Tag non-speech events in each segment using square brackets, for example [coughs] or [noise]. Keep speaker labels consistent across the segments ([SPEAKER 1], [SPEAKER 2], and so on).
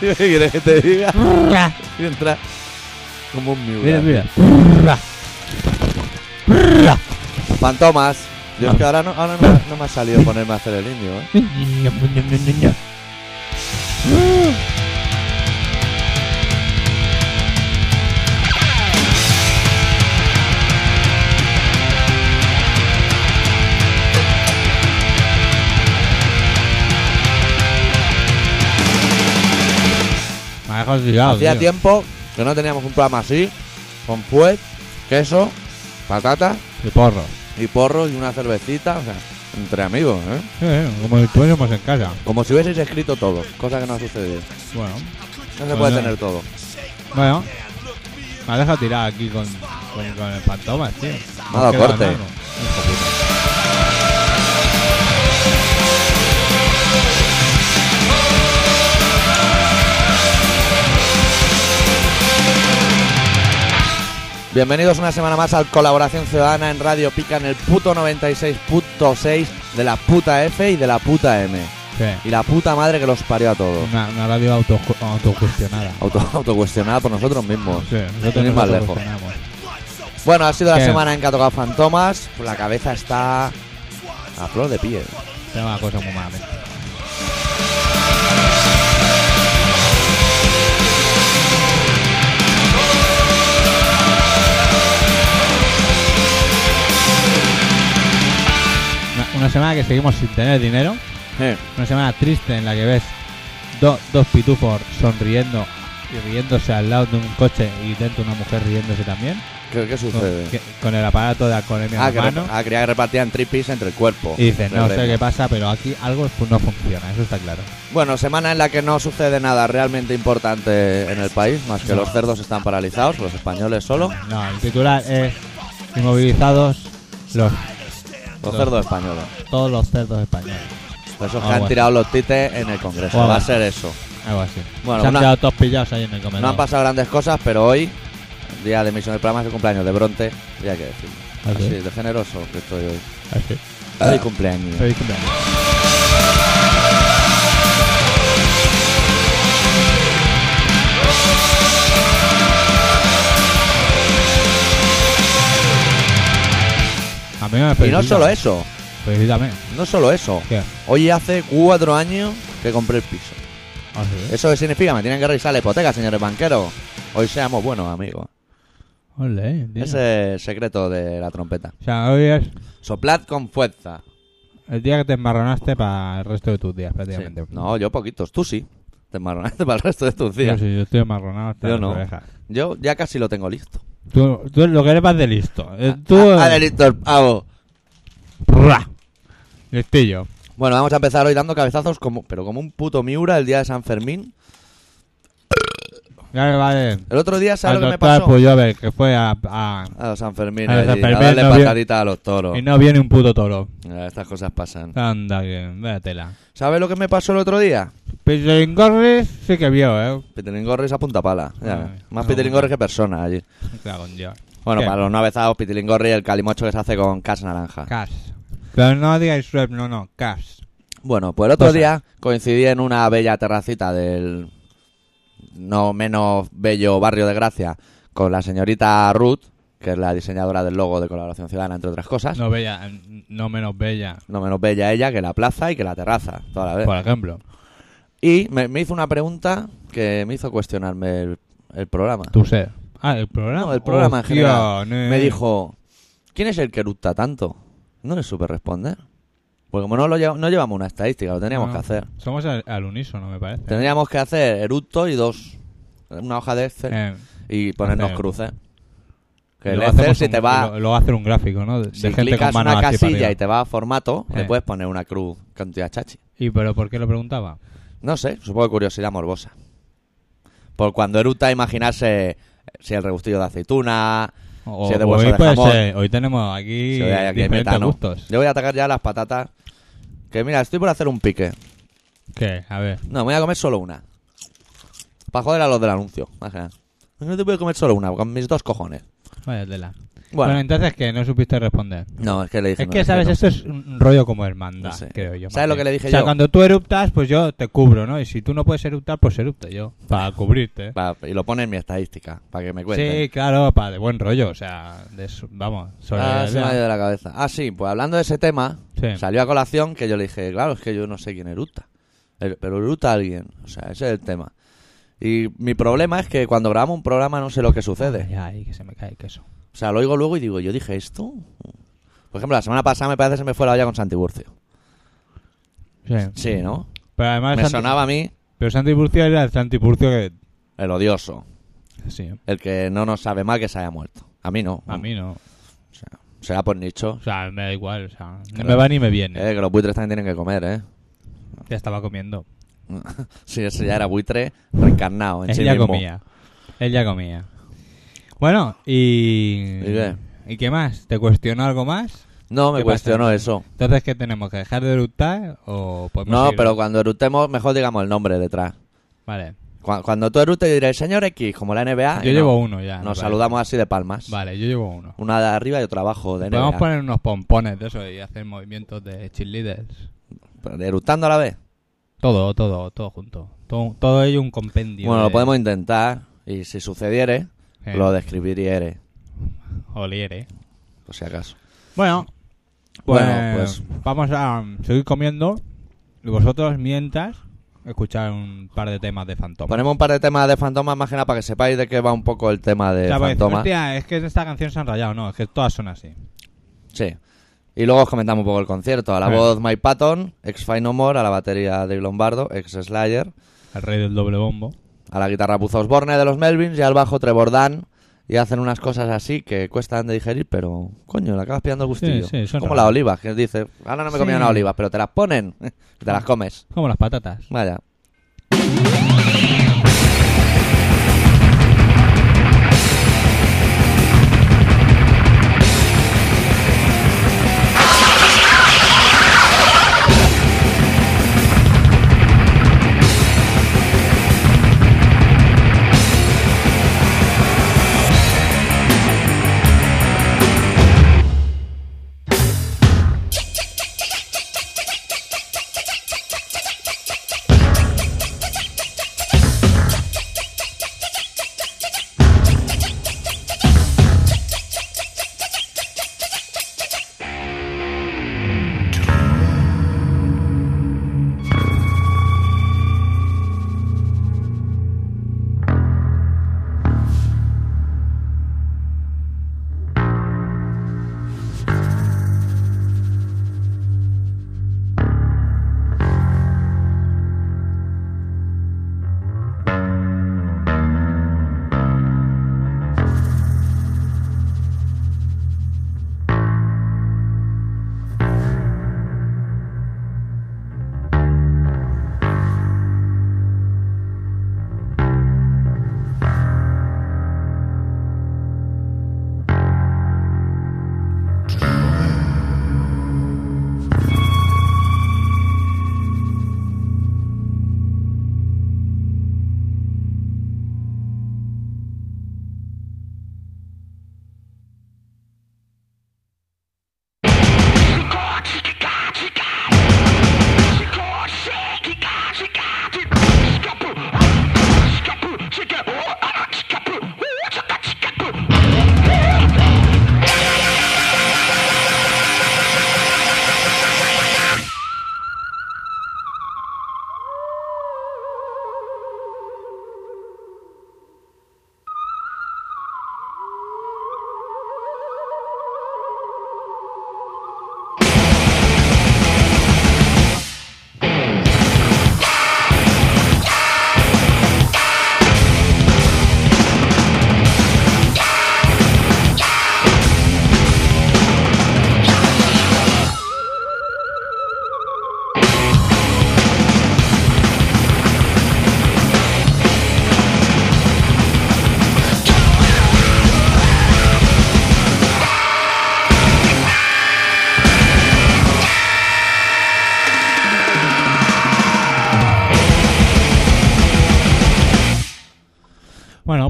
[SPEAKER 1] ¿Quieres que te diga? [laughs] Mientras. Como un Miura.
[SPEAKER 2] Mira, mira.
[SPEAKER 1] Fantomas. Yo es que ahora no, ahora no, no me ha salido ponerme a hacer el indio, ¿eh?
[SPEAKER 2] Me ha dejado tirado,
[SPEAKER 1] Hacía
[SPEAKER 2] tío.
[SPEAKER 1] tiempo que no teníamos un programa así, con fuet, queso, patatas
[SPEAKER 2] Y porro.
[SPEAKER 1] y porros y una cervecita, o sea, entre amigos, ¿eh?
[SPEAKER 2] Sí, sí, como si estuviéramos en casa.
[SPEAKER 1] Como si hubieseis escrito todo, cosa que no ha sucedido.
[SPEAKER 2] Bueno,
[SPEAKER 1] No se
[SPEAKER 2] Pues
[SPEAKER 1] puede
[SPEAKER 2] no.
[SPEAKER 1] tener todo.
[SPEAKER 2] bueno. Me ha dejado tirar aquí con, con, con el fantomas, tío.
[SPEAKER 1] Me ha dado
[SPEAKER 2] queda
[SPEAKER 1] corte.
[SPEAKER 2] nada. Hijo puta.
[SPEAKER 1] Bienvenidos una semana más al Colaboración Ciudadana en Radio Pica en el puto 96.6 de la puta F y de la puta M.
[SPEAKER 2] Sí.
[SPEAKER 1] Y la puta madre que los parió a todos.
[SPEAKER 2] Una, una radio auto, autocuestionada.
[SPEAKER 1] Auto, [laughs] autocuestionada por nosotros mismos.
[SPEAKER 2] Sí,
[SPEAKER 1] Sin
[SPEAKER 2] nosotros
[SPEAKER 1] ir
[SPEAKER 2] nos
[SPEAKER 1] más lejos.
[SPEAKER 2] autocuestionamos.
[SPEAKER 1] Bueno, ha sido la
[SPEAKER 2] ¿Qué?
[SPEAKER 1] semana en que ha tocado Fantomas. Pues La cabeza está a flor de piel.
[SPEAKER 2] Tengo una cosa muy ¿eh? mala. Una, una semana que seguimos sin tener dinero.
[SPEAKER 1] Eh,
[SPEAKER 2] Una semana triste en la que ves do- dos pitufos sonriendo y riéndose al lado de un coche y dentro una mujer riéndose también.
[SPEAKER 1] ¿Qué, qué
[SPEAKER 2] Con,
[SPEAKER 1] sucede?
[SPEAKER 2] que- con el aparato de alcoholemia
[SPEAKER 1] Ah,
[SPEAKER 2] en
[SPEAKER 1] que,
[SPEAKER 2] la
[SPEAKER 1] re-
[SPEAKER 2] mano.
[SPEAKER 1] ah, creía que repartían tripis entre el cuerpo.
[SPEAKER 2] Y dices, no
[SPEAKER 1] Del
[SPEAKER 2] sé
[SPEAKER 1] rey.
[SPEAKER 2] qué pasa, pero aquí algo no funciona, eso está claro.
[SPEAKER 1] Bueno, semana en la que no sucede nada realmente importante en el país, más que
[SPEAKER 2] No.
[SPEAKER 1] los cerdos están paralizados, los españoles solo,
[SPEAKER 2] No, el titular es inmovilizados los,
[SPEAKER 1] los
[SPEAKER 2] No.
[SPEAKER 1] cerdos españoles.
[SPEAKER 2] todos los cerdos españoles.
[SPEAKER 1] Por eso es
[SPEAKER 2] Ah,
[SPEAKER 1] que han
[SPEAKER 2] bueno.
[SPEAKER 1] tirado los tites en el Congreso.
[SPEAKER 2] Ah,
[SPEAKER 1] Va a
[SPEAKER 2] bueno.
[SPEAKER 1] ser eso.
[SPEAKER 2] Algo así.
[SPEAKER 1] Bueno,
[SPEAKER 2] Se han
[SPEAKER 1] una-
[SPEAKER 2] quedado todos pillados ahí en el comedor.
[SPEAKER 1] No han pasado grandes cosas, pero hoy, el día de emisión del programa, es el cumpleaños de Bronte, y hay que decirlo.
[SPEAKER 2] Así.
[SPEAKER 1] Así, de generoso que estoy hoy.
[SPEAKER 2] Así.
[SPEAKER 1] Feliz cumpleaños.
[SPEAKER 2] Ah. Feliz cumpleaños. A mí me
[SPEAKER 1] Y no
[SPEAKER 2] felicitan.
[SPEAKER 1] solo eso,
[SPEAKER 2] Felicítame.
[SPEAKER 1] no solo eso.
[SPEAKER 2] ¿Qué?
[SPEAKER 1] Hoy hace cuatro años que compré el piso.
[SPEAKER 2] Ah, sí.
[SPEAKER 1] ¿Eso qué significa? Me tienen que revisar la hipoteca, señores banqueros. Hoy seamos buenos, amigos.
[SPEAKER 2] Ole, tío.
[SPEAKER 1] Ese es el secreto de la trompeta.
[SPEAKER 2] O sea, hoy es
[SPEAKER 1] Soplad con fuerza.
[SPEAKER 2] el día que te embarronaste para el resto de tus días, prácticamente.
[SPEAKER 1] Sí. No, yo poquitos. Tú sí. Te embarronaste para el resto de tus
[SPEAKER 2] yo,
[SPEAKER 1] días.
[SPEAKER 2] sí, yo estoy embarronado hasta
[SPEAKER 1] Yo
[SPEAKER 2] las
[SPEAKER 1] no.
[SPEAKER 2] orejas.
[SPEAKER 1] Yo ya casi lo tengo listo.
[SPEAKER 2] Tú, tú lo que eres vas de listo. Eh, Tú...
[SPEAKER 1] Ah, ah, listo el pavo.
[SPEAKER 2] Ra. Listillo.
[SPEAKER 1] Bueno, vamos a empezar hoy dando cabezazos, como, pero como un puto Miura el día de San Fermín.
[SPEAKER 2] Ya le vale.
[SPEAKER 1] El otro día,
[SPEAKER 2] Al
[SPEAKER 1] ¿sabes lo que me
[SPEAKER 2] doctor
[SPEAKER 1] pasó?
[SPEAKER 2] Puyover, que fue a, a-
[SPEAKER 1] A San Fermín,
[SPEAKER 2] A
[SPEAKER 1] allí,
[SPEAKER 2] San Fermín,
[SPEAKER 1] a darle
[SPEAKER 2] no había-
[SPEAKER 1] pataditas a los toros.
[SPEAKER 2] Y no Ah. viene un puto toro.
[SPEAKER 1] Mira, Estas cosas pasan.
[SPEAKER 2] Anda, que... Véatela.
[SPEAKER 1] ¿Sabes lo que me pasó el otro día?
[SPEAKER 2] Pichingorris sí que vio, ¿eh?
[SPEAKER 1] Pitiringorris a punta pala. Ya,
[SPEAKER 2] Ay,
[SPEAKER 1] más
[SPEAKER 2] Ah, no,
[SPEAKER 1] pitilingorris que personas allí.
[SPEAKER 2] Claro, con Dios.
[SPEAKER 1] Bueno,
[SPEAKER 2] ¿Qué?
[SPEAKER 1] para los no avezados, pitilingorris, el calimocho que se hace con cas naranja.
[SPEAKER 2] Cash. Pero no digáis web, no, no. Cash.
[SPEAKER 1] Bueno, pues el otro
[SPEAKER 2] Cosas.
[SPEAKER 1] día coincidí en una bella terracita del no menos bello barrio de Gracia con la señorita Ruth, que es la diseñadora del logo de Colaboración Ciudadana, entre otras cosas. No,
[SPEAKER 2] No bella, no menos bella.
[SPEAKER 1] menos bella ella que la plaza y que la terraza, toda la vez.
[SPEAKER 2] Por ejemplo.
[SPEAKER 1] Y me, me hizo una pregunta que me hizo cuestionarme el, el programa.
[SPEAKER 2] Tu ser. Ah, el programa.
[SPEAKER 1] No, el programa en
[SPEAKER 2] Hostia,
[SPEAKER 1] general.
[SPEAKER 2] ne.
[SPEAKER 1] Me dijo, ¿quién es el que eructa tanto? No le supe responder. Porque como no, lo lle- no llevamos una estadística, lo teníamos
[SPEAKER 2] No.
[SPEAKER 1] que hacer.
[SPEAKER 2] Somos al, al unísono, me parece.
[SPEAKER 1] Tendríamos que hacer eructo y dos. Una hoja de Excel
[SPEAKER 2] Eh,
[SPEAKER 1] y ponernos
[SPEAKER 2] hacer-
[SPEAKER 1] cruces. Que
[SPEAKER 2] y
[SPEAKER 1] el
[SPEAKER 2] luego
[SPEAKER 1] Excel,
[SPEAKER 2] hacemos
[SPEAKER 1] si
[SPEAKER 2] un-
[SPEAKER 1] te va.
[SPEAKER 2] Lo, lo va a hacer un gráfico, ¿no? De, de
[SPEAKER 1] Si
[SPEAKER 2] gente con
[SPEAKER 1] clicas
[SPEAKER 2] manos
[SPEAKER 1] una
[SPEAKER 2] así para
[SPEAKER 1] casilla y
[SPEAKER 2] arriba.
[SPEAKER 1] te va a formato, le
[SPEAKER 2] Eh.
[SPEAKER 1] puedes poner una cruz cantidad chachi.
[SPEAKER 2] y... pero por qué lo preguntaba?
[SPEAKER 1] No sé, supongo que curiosidad morbosa. Por cuando eructa, imaginarse eh, si el regustillo de aceituna.
[SPEAKER 2] O-
[SPEAKER 1] Si es de
[SPEAKER 2] o
[SPEAKER 1] hueso
[SPEAKER 2] hoy,
[SPEAKER 1] de
[SPEAKER 2] puede
[SPEAKER 1] jamón.
[SPEAKER 2] ser- hoy tenemos aquí
[SPEAKER 1] si hay- aquí hay
[SPEAKER 2] diferentes
[SPEAKER 1] metano.
[SPEAKER 2] gustos.
[SPEAKER 1] Yo voy a atacar ya las patatas. Que mira, estoy por hacer un pique.
[SPEAKER 2] ¿Qué? A ver.
[SPEAKER 1] No, me voy a comer solo una. Para joder a los del anuncio. más que nada. No te voy a comer solo una, con mis dos cojones.
[SPEAKER 2] Vaya tela. Bueno,
[SPEAKER 1] Bueno,
[SPEAKER 2] entonces que no supiste responder.
[SPEAKER 1] no, es que le dije.
[SPEAKER 2] Es
[SPEAKER 1] no,
[SPEAKER 2] que,
[SPEAKER 1] es
[SPEAKER 2] ¿sabes?
[SPEAKER 1] no.
[SPEAKER 2] Esto es un rollo como hermandad,
[SPEAKER 1] No sé.
[SPEAKER 2] creo yo.
[SPEAKER 1] ¿Sabes
[SPEAKER 2] más
[SPEAKER 1] lo
[SPEAKER 2] bien.
[SPEAKER 1] que le dije
[SPEAKER 2] O sea,
[SPEAKER 1] yo?
[SPEAKER 2] cuando tú eruptas, pues yo te cubro, ¿no? Y si tú no puedes eruptar, pues erupto yo. Para cubrirte.
[SPEAKER 1] Va, y lo pone en mi estadística, para que me cuente.
[SPEAKER 2] Sí, claro, para de buen rollo. O sea, de su- vamos, sobre
[SPEAKER 1] Ah, se me ha ido de la cabeza. Ah, sí, pues hablando de ese tema,
[SPEAKER 2] Sí.
[SPEAKER 1] salió a colación que yo le dije, claro, es que yo no sé quién eruta. El- Pero eruta alguien, o sea, ese es el tema. Y mi problema es que cuando grabamos un programa no sé lo que sucede.
[SPEAKER 2] Ay, ay, que se me cae el queso.
[SPEAKER 1] O sea, lo oigo luego y digo, ¿yo dije esto? Por ejemplo, la semana pasada me parece que se me fue la olla con Santiburcio.
[SPEAKER 2] Sí.
[SPEAKER 1] Sí, ¿no?
[SPEAKER 2] Pero además,
[SPEAKER 1] Me
[SPEAKER 2] Santi-
[SPEAKER 1] sonaba a mí
[SPEAKER 2] pero Santi Burcio era el Santi Burcio que.
[SPEAKER 1] el odioso,
[SPEAKER 2] Sí,
[SPEAKER 1] el que no nos sabe mal que se haya muerto. A mí no.
[SPEAKER 2] a mí no.
[SPEAKER 1] Será por nicho.
[SPEAKER 2] O sea, me da igual. O sea, no
[SPEAKER 1] Claro.
[SPEAKER 2] me va ni me viene.
[SPEAKER 1] Eh, que los buitres también tienen que comer, ¿eh? [laughs]
[SPEAKER 2] Ya estaba comiendo.
[SPEAKER 1] Sí, ese ya era buitre reencarnado en
[SPEAKER 2] Él
[SPEAKER 1] sí
[SPEAKER 2] ya
[SPEAKER 1] mismo.
[SPEAKER 2] comía. Él ya comía. Bueno, y.
[SPEAKER 1] ¿Y qué?
[SPEAKER 2] ¿Y qué más? ¿Te cuestionó algo más?
[SPEAKER 1] No, me
[SPEAKER 2] ¿Qué pasa?
[SPEAKER 1] cuestionó eso.
[SPEAKER 2] Entonces, ¿qué tenemos? ¿Que dejar de eructar o podemos
[SPEAKER 1] No,
[SPEAKER 2] seguir?
[SPEAKER 1] pero cuando erutemos, mejor digamos el nombre detrás.
[SPEAKER 2] Vale.
[SPEAKER 1] Cu- Cuando tú erutes, yo diré, señor X, como la NBA.
[SPEAKER 2] Yo
[SPEAKER 1] Ah, y no.
[SPEAKER 2] llevo uno ya.
[SPEAKER 1] Nos
[SPEAKER 2] me parece.
[SPEAKER 1] saludamos así de palmas.
[SPEAKER 2] Vale, yo llevo uno.
[SPEAKER 1] Una de arriba y otra abajo de
[SPEAKER 2] Podemos
[SPEAKER 1] NBA.
[SPEAKER 2] poner unos pompones de eso y hacer movimientos de cheerleaders.
[SPEAKER 1] Erutando a la vez.
[SPEAKER 2] Todo, todo, todo junto. Todo, todo ello un compendio.
[SPEAKER 1] bueno,
[SPEAKER 2] de-
[SPEAKER 1] lo podemos intentar. Y si sucediere,
[SPEAKER 2] eh,
[SPEAKER 1] lo describiriere,
[SPEAKER 2] oliere.
[SPEAKER 1] por si acaso.
[SPEAKER 2] Bueno, pues,
[SPEAKER 1] Bueno, pues-
[SPEAKER 2] vamos a mm, seguir comiendo. Y vosotros, mientras, escuchar un par de temas de Fantoma.
[SPEAKER 1] Ponemos un par de temas de fantomas, más que nada, para que sepáis de qué va un poco el tema de
[SPEAKER 2] O sea, pues,
[SPEAKER 1] fantomas.
[SPEAKER 2] hostia, es que en esta canción se han rayado, no, es que todas son así.
[SPEAKER 1] Sí. Y luego os comentamos un poco el concierto. A la
[SPEAKER 2] Vale.
[SPEAKER 1] voz Mike Patton, ex Fine No More, a la batería Dave Lombardo, ex Slayer,
[SPEAKER 2] El rey del doble bombo.
[SPEAKER 1] a la guitarra Buzz Osborne de los Melvins y al bajo Trevor Dan. Y hacen unas cosas así que cuestan de digerir, pero coño, le acabas pillando el gustillo.
[SPEAKER 2] sí, son
[SPEAKER 1] Como
[SPEAKER 2] raras.
[SPEAKER 1] las olivas, que dices, ahora no me he comido
[SPEAKER 2] Sí.
[SPEAKER 1] una oliva, pero te las ponen, [laughs] y te las comes.
[SPEAKER 2] Como las patatas.
[SPEAKER 1] Vaya.
[SPEAKER 2] Bueno, pues
[SPEAKER 1] Puto
[SPEAKER 2] eso
[SPEAKER 1] amo.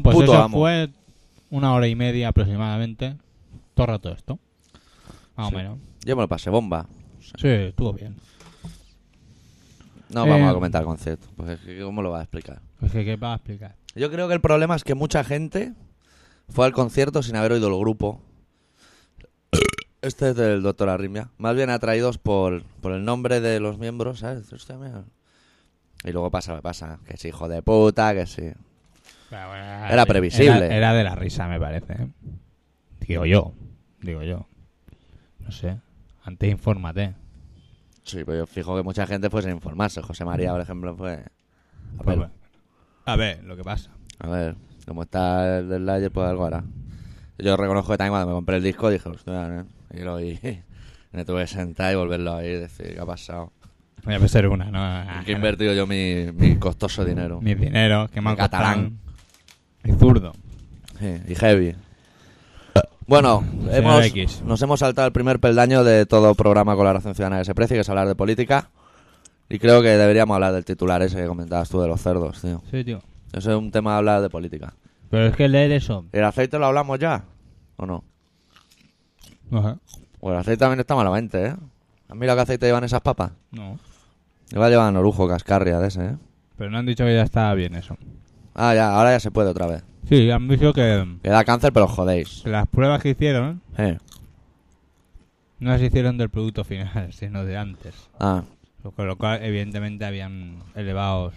[SPEAKER 2] pues fue una hora y media aproximadamente todo el rato esto. Más
[SPEAKER 1] Sí.
[SPEAKER 2] o menos.
[SPEAKER 1] Yo me lo pasé bomba.
[SPEAKER 2] Sí, estuvo bien.
[SPEAKER 1] No vamos
[SPEAKER 2] Eh,
[SPEAKER 1] a comentar el concepto. Pues es que, ¿cómo lo vas a explicar?
[SPEAKER 2] Es que, ¿qué vas a explicar?
[SPEAKER 1] Yo creo que el problema es que mucha gente fue al concierto sin haber oído el grupo. Este es del Doctor Arrimia. Más bien atraídos por, por el nombre de los miembros, ¿sabes? Hostia, mira. Y luego pasa, pasa. Que sí, hijo de puta, que sí.
[SPEAKER 2] Pero bueno, Era,
[SPEAKER 1] Era previsible.
[SPEAKER 2] Era, de la risa, me parece. ¿eh? Digo yo. Digo yo. No sé. Antes infórmate.
[SPEAKER 1] Sí, pero yo fijo que mucha gente fue sin informarse. José María, por ejemplo, fue... A
[SPEAKER 2] Pues
[SPEAKER 1] ver,
[SPEAKER 2] bueno. A ver, lo que pasa.
[SPEAKER 1] a ver como está el del Layer, pues algo hará. Yo reconozco que también cuando me compré el disco dije, hostia, ¿eh? y lo oí. [laughs] Me tuve que sentar y volverlo a oír y decir, ¿qué ha pasado?
[SPEAKER 2] Voy a pensar una, ¿no?
[SPEAKER 1] ¿En qué he invertido yo mi, mi costoso dinero?
[SPEAKER 2] Mis dineros, que me han
[SPEAKER 1] El catalán.
[SPEAKER 2] costado. Y zurdo.
[SPEAKER 1] Sí, y heavy. Bueno,
[SPEAKER 2] Señor
[SPEAKER 1] hemos-
[SPEAKER 2] X.
[SPEAKER 1] nos hemos saltado el primer peldaño de todo programa Colaboración Ciudadana que se precie, que es hablar de política. Y creo que deberíamos hablar del titular ese que comentabas tú de los cerdos, tío.
[SPEAKER 2] Sí, tío.
[SPEAKER 1] Eso es un tema de hablar de política.
[SPEAKER 2] Pero es que leer eso.
[SPEAKER 1] ¿El aceite lo hablamos ya? ¿O no?
[SPEAKER 2] No ¿eh?
[SPEAKER 1] O el aceite también está malamente, ¿eh? ¿Has mirado qué aceite llevan esas papas?
[SPEAKER 2] No.
[SPEAKER 1] Iba a llevar orujo cascarria de ese, ¿eh?
[SPEAKER 2] Pero no han dicho que ya estaba bien eso.
[SPEAKER 1] Ah, ya, ahora ya se puede otra vez.
[SPEAKER 2] Sí, han dicho que,
[SPEAKER 1] Que da cáncer, pero os jodéis.
[SPEAKER 2] que las pruebas que hicieron
[SPEAKER 1] Eh.
[SPEAKER 2] no las hicieron del producto final, [laughs] sino de antes.
[SPEAKER 1] Ah,
[SPEAKER 2] Con lo cual, evidentemente, habían elevados.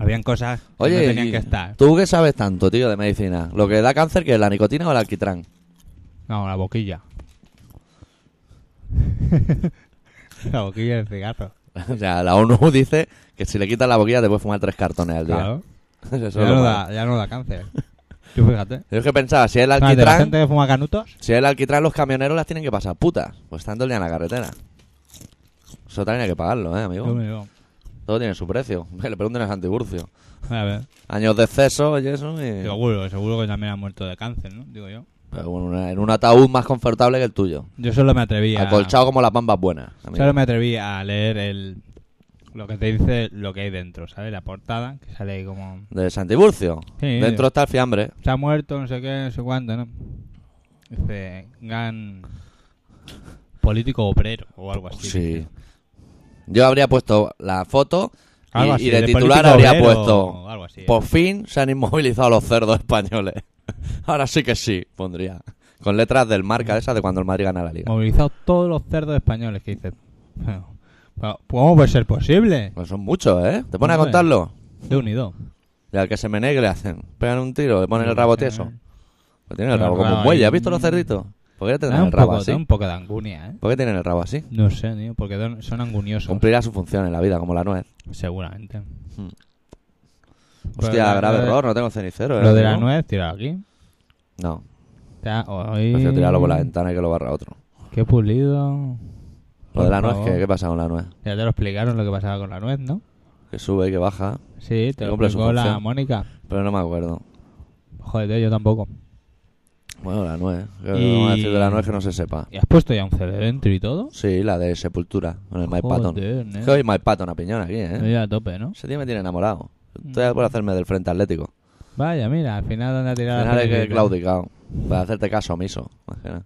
[SPEAKER 2] Habían cosas que
[SPEAKER 1] Oye,
[SPEAKER 2] no tenían
[SPEAKER 1] y
[SPEAKER 2] que estar.
[SPEAKER 1] ¿tú qué sabes tanto, tío, de medicina? ¿Lo que da cáncer que es la nicotina o el alquitrán? [laughs]
[SPEAKER 2] No, la boquilla. [laughs] la boquilla del cigarro.
[SPEAKER 1] o sea, la ONU [laughs] dice que si le quitas la boquilla te puedes fumar tres cartones al día.
[SPEAKER 2] Claro.
[SPEAKER 1] [laughs] Eso es
[SPEAKER 2] Ya
[SPEAKER 1] lo
[SPEAKER 2] no,
[SPEAKER 1] malo.
[SPEAKER 2] da, ya no da cáncer. Tú fíjate.
[SPEAKER 1] Yo es que pensaba, si es el
[SPEAKER 2] Ah, de la
[SPEAKER 1] alquitrán,
[SPEAKER 2] gente que fuma canutos?
[SPEAKER 1] si es el alquitrán, los camioneros las tienen que pasar putas. Pues están todo el día en la carretera. Eso también hay que pagarlo, ¿eh,
[SPEAKER 2] Yo
[SPEAKER 1] amigo?
[SPEAKER 2] me digo,
[SPEAKER 1] Todo tiene su precio. [laughs] Le pregunten a Santiburcio.
[SPEAKER 2] a ver,
[SPEAKER 1] Años de exceso y eso. Y...
[SPEAKER 2] seguro, seguro que también han muerto de cáncer, ¿no? Digo yo.
[SPEAKER 1] Pero bueno, una- en un ataúd más confortable que el tuyo.
[SPEAKER 2] Yo solo me atreví a...
[SPEAKER 1] Acolchado como las bambas buenas. amigo.
[SPEAKER 2] Solo me atreví a leer el... Lo que te dice lo que hay dentro, ¿sabes? La portada, que sale ahí como...
[SPEAKER 1] De Santiburcio.
[SPEAKER 2] Sí,
[SPEAKER 1] Dentro está el fiambre.
[SPEAKER 2] Se ha muerto, no sé qué, no sé cuánto, ¿no? Dice, gran político obrero o algo así.
[SPEAKER 1] Sí. Yo habría puesto la foto
[SPEAKER 2] Algo
[SPEAKER 1] y,
[SPEAKER 2] así,
[SPEAKER 1] y de
[SPEAKER 2] político
[SPEAKER 1] titular habría
[SPEAKER 2] obrero
[SPEAKER 1] puesto.
[SPEAKER 2] o algo así.
[SPEAKER 1] Por fin se han inmovilizado los cerdos españoles. [laughs] Ahora sí que sí, pondría. Con letras del marca esa de cuando el Madrid gana la liga.
[SPEAKER 2] Movilizado todos los cerdos españoles que dices. bueno, pero, ¿Cómo puede ser posible?
[SPEAKER 1] Pues son muchos, ¿eh? ¿Te pones a
[SPEAKER 2] Hombre.
[SPEAKER 1] contarlo?
[SPEAKER 2] De unido.
[SPEAKER 1] Y al que se menee, ¿qué le hacen? Pegan un tiro, le ponen el rabo tieso. Lo tienen el
[SPEAKER 2] Pero
[SPEAKER 1] rabo como
[SPEAKER 2] claro,
[SPEAKER 1] un buey.
[SPEAKER 2] hay
[SPEAKER 1] ¿Has visto los
[SPEAKER 2] un-
[SPEAKER 1] cerditos? ¿Por qué le
[SPEAKER 2] Da
[SPEAKER 1] tendrán
[SPEAKER 2] un,
[SPEAKER 1] el rabo
[SPEAKER 2] poco, da
[SPEAKER 1] así?
[SPEAKER 2] un poco de angunia, ¿eh?
[SPEAKER 1] ¿Por qué tienen el rabo así?
[SPEAKER 2] No sé, tío, porque don- son anguniosos.
[SPEAKER 1] Cumplirá su función en la vida, como la nuez.
[SPEAKER 2] Seguramente.
[SPEAKER 1] Hmm.
[SPEAKER 2] Pero
[SPEAKER 1] Hostia,
[SPEAKER 2] la-
[SPEAKER 1] grave
[SPEAKER 2] lo de-
[SPEAKER 1] error, no tengo cenicero. ¿eh,
[SPEAKER 2] Lo de la
[SPEAKER 1] amigo?
[SPEAKER 2] nuez, tirado aquí.
[SPEAKER 1] No,
[SPEAKER 2] Ta- hoy-
[SPEAKER 1] prefiero tirarlo por la ventana y que lo barra otro.
[SPEAKER 2] Qué pulido.
[SPEAKER 1] Lo de la
[SPEAKER 2] Por
[SPEAKER 1] nuez,
[SPEAKER 2] favor.
[SPEAKER 1] ¿qué, ¿qué pasa con la nuez?
[SPEAKER 2] Ya te lo explicaron lo que pasaba con la nuez, ¿no?
[SPEAKER 1] Que sube y que baja,
[SPEAKER 2] Sí, te lo
[SPEAKER 1] cumple su
[SPEAKER 2] explicó la
[SPEAKER 1] función.
[SPEAKER 2] Mónica.
[SPEAKER 1] pero no me acuerdo.
[SPEAKER 2] Joder, tío, yo tampoco.
[SPEAKER 1] Bueno, la nuez. ¿Qué
[SPEAKER 2] Y-
[SPEAKER 1] vamos a decir de la nuez que no se sepa?
[SPEAKER 2] ¿Y has puesto ya un CD dentro y todo?
[SPEAKER 1] Sí, la de Sepultura, con el Mike Patton.
[SPEAKER 2] Joder,
[SPEAKER 1] Es
[SPEAKER 2] nene.
[SPEAKER 1] que hoy Mike Patton a piñón aquí, ¿eh?
[SPEAKER 2] Estoy a tope, ¿no?
[SPEAKER 1] Ese tío me tiene enamorado.
[SPEAKER 2] Mm.
[SPEAKER 1] Estoy por hacerme del frente atlético.
[SPEAKER 2] Vaya, mira, al final anda a tirar
[SPEAKER 1] Al
[SPEAKER 2] la
[SPEAKER 1] final es que he
[SPEAKER 2] película.
[SPEAKER 1] claudicado. Para hacerte caso omiso. más que nada.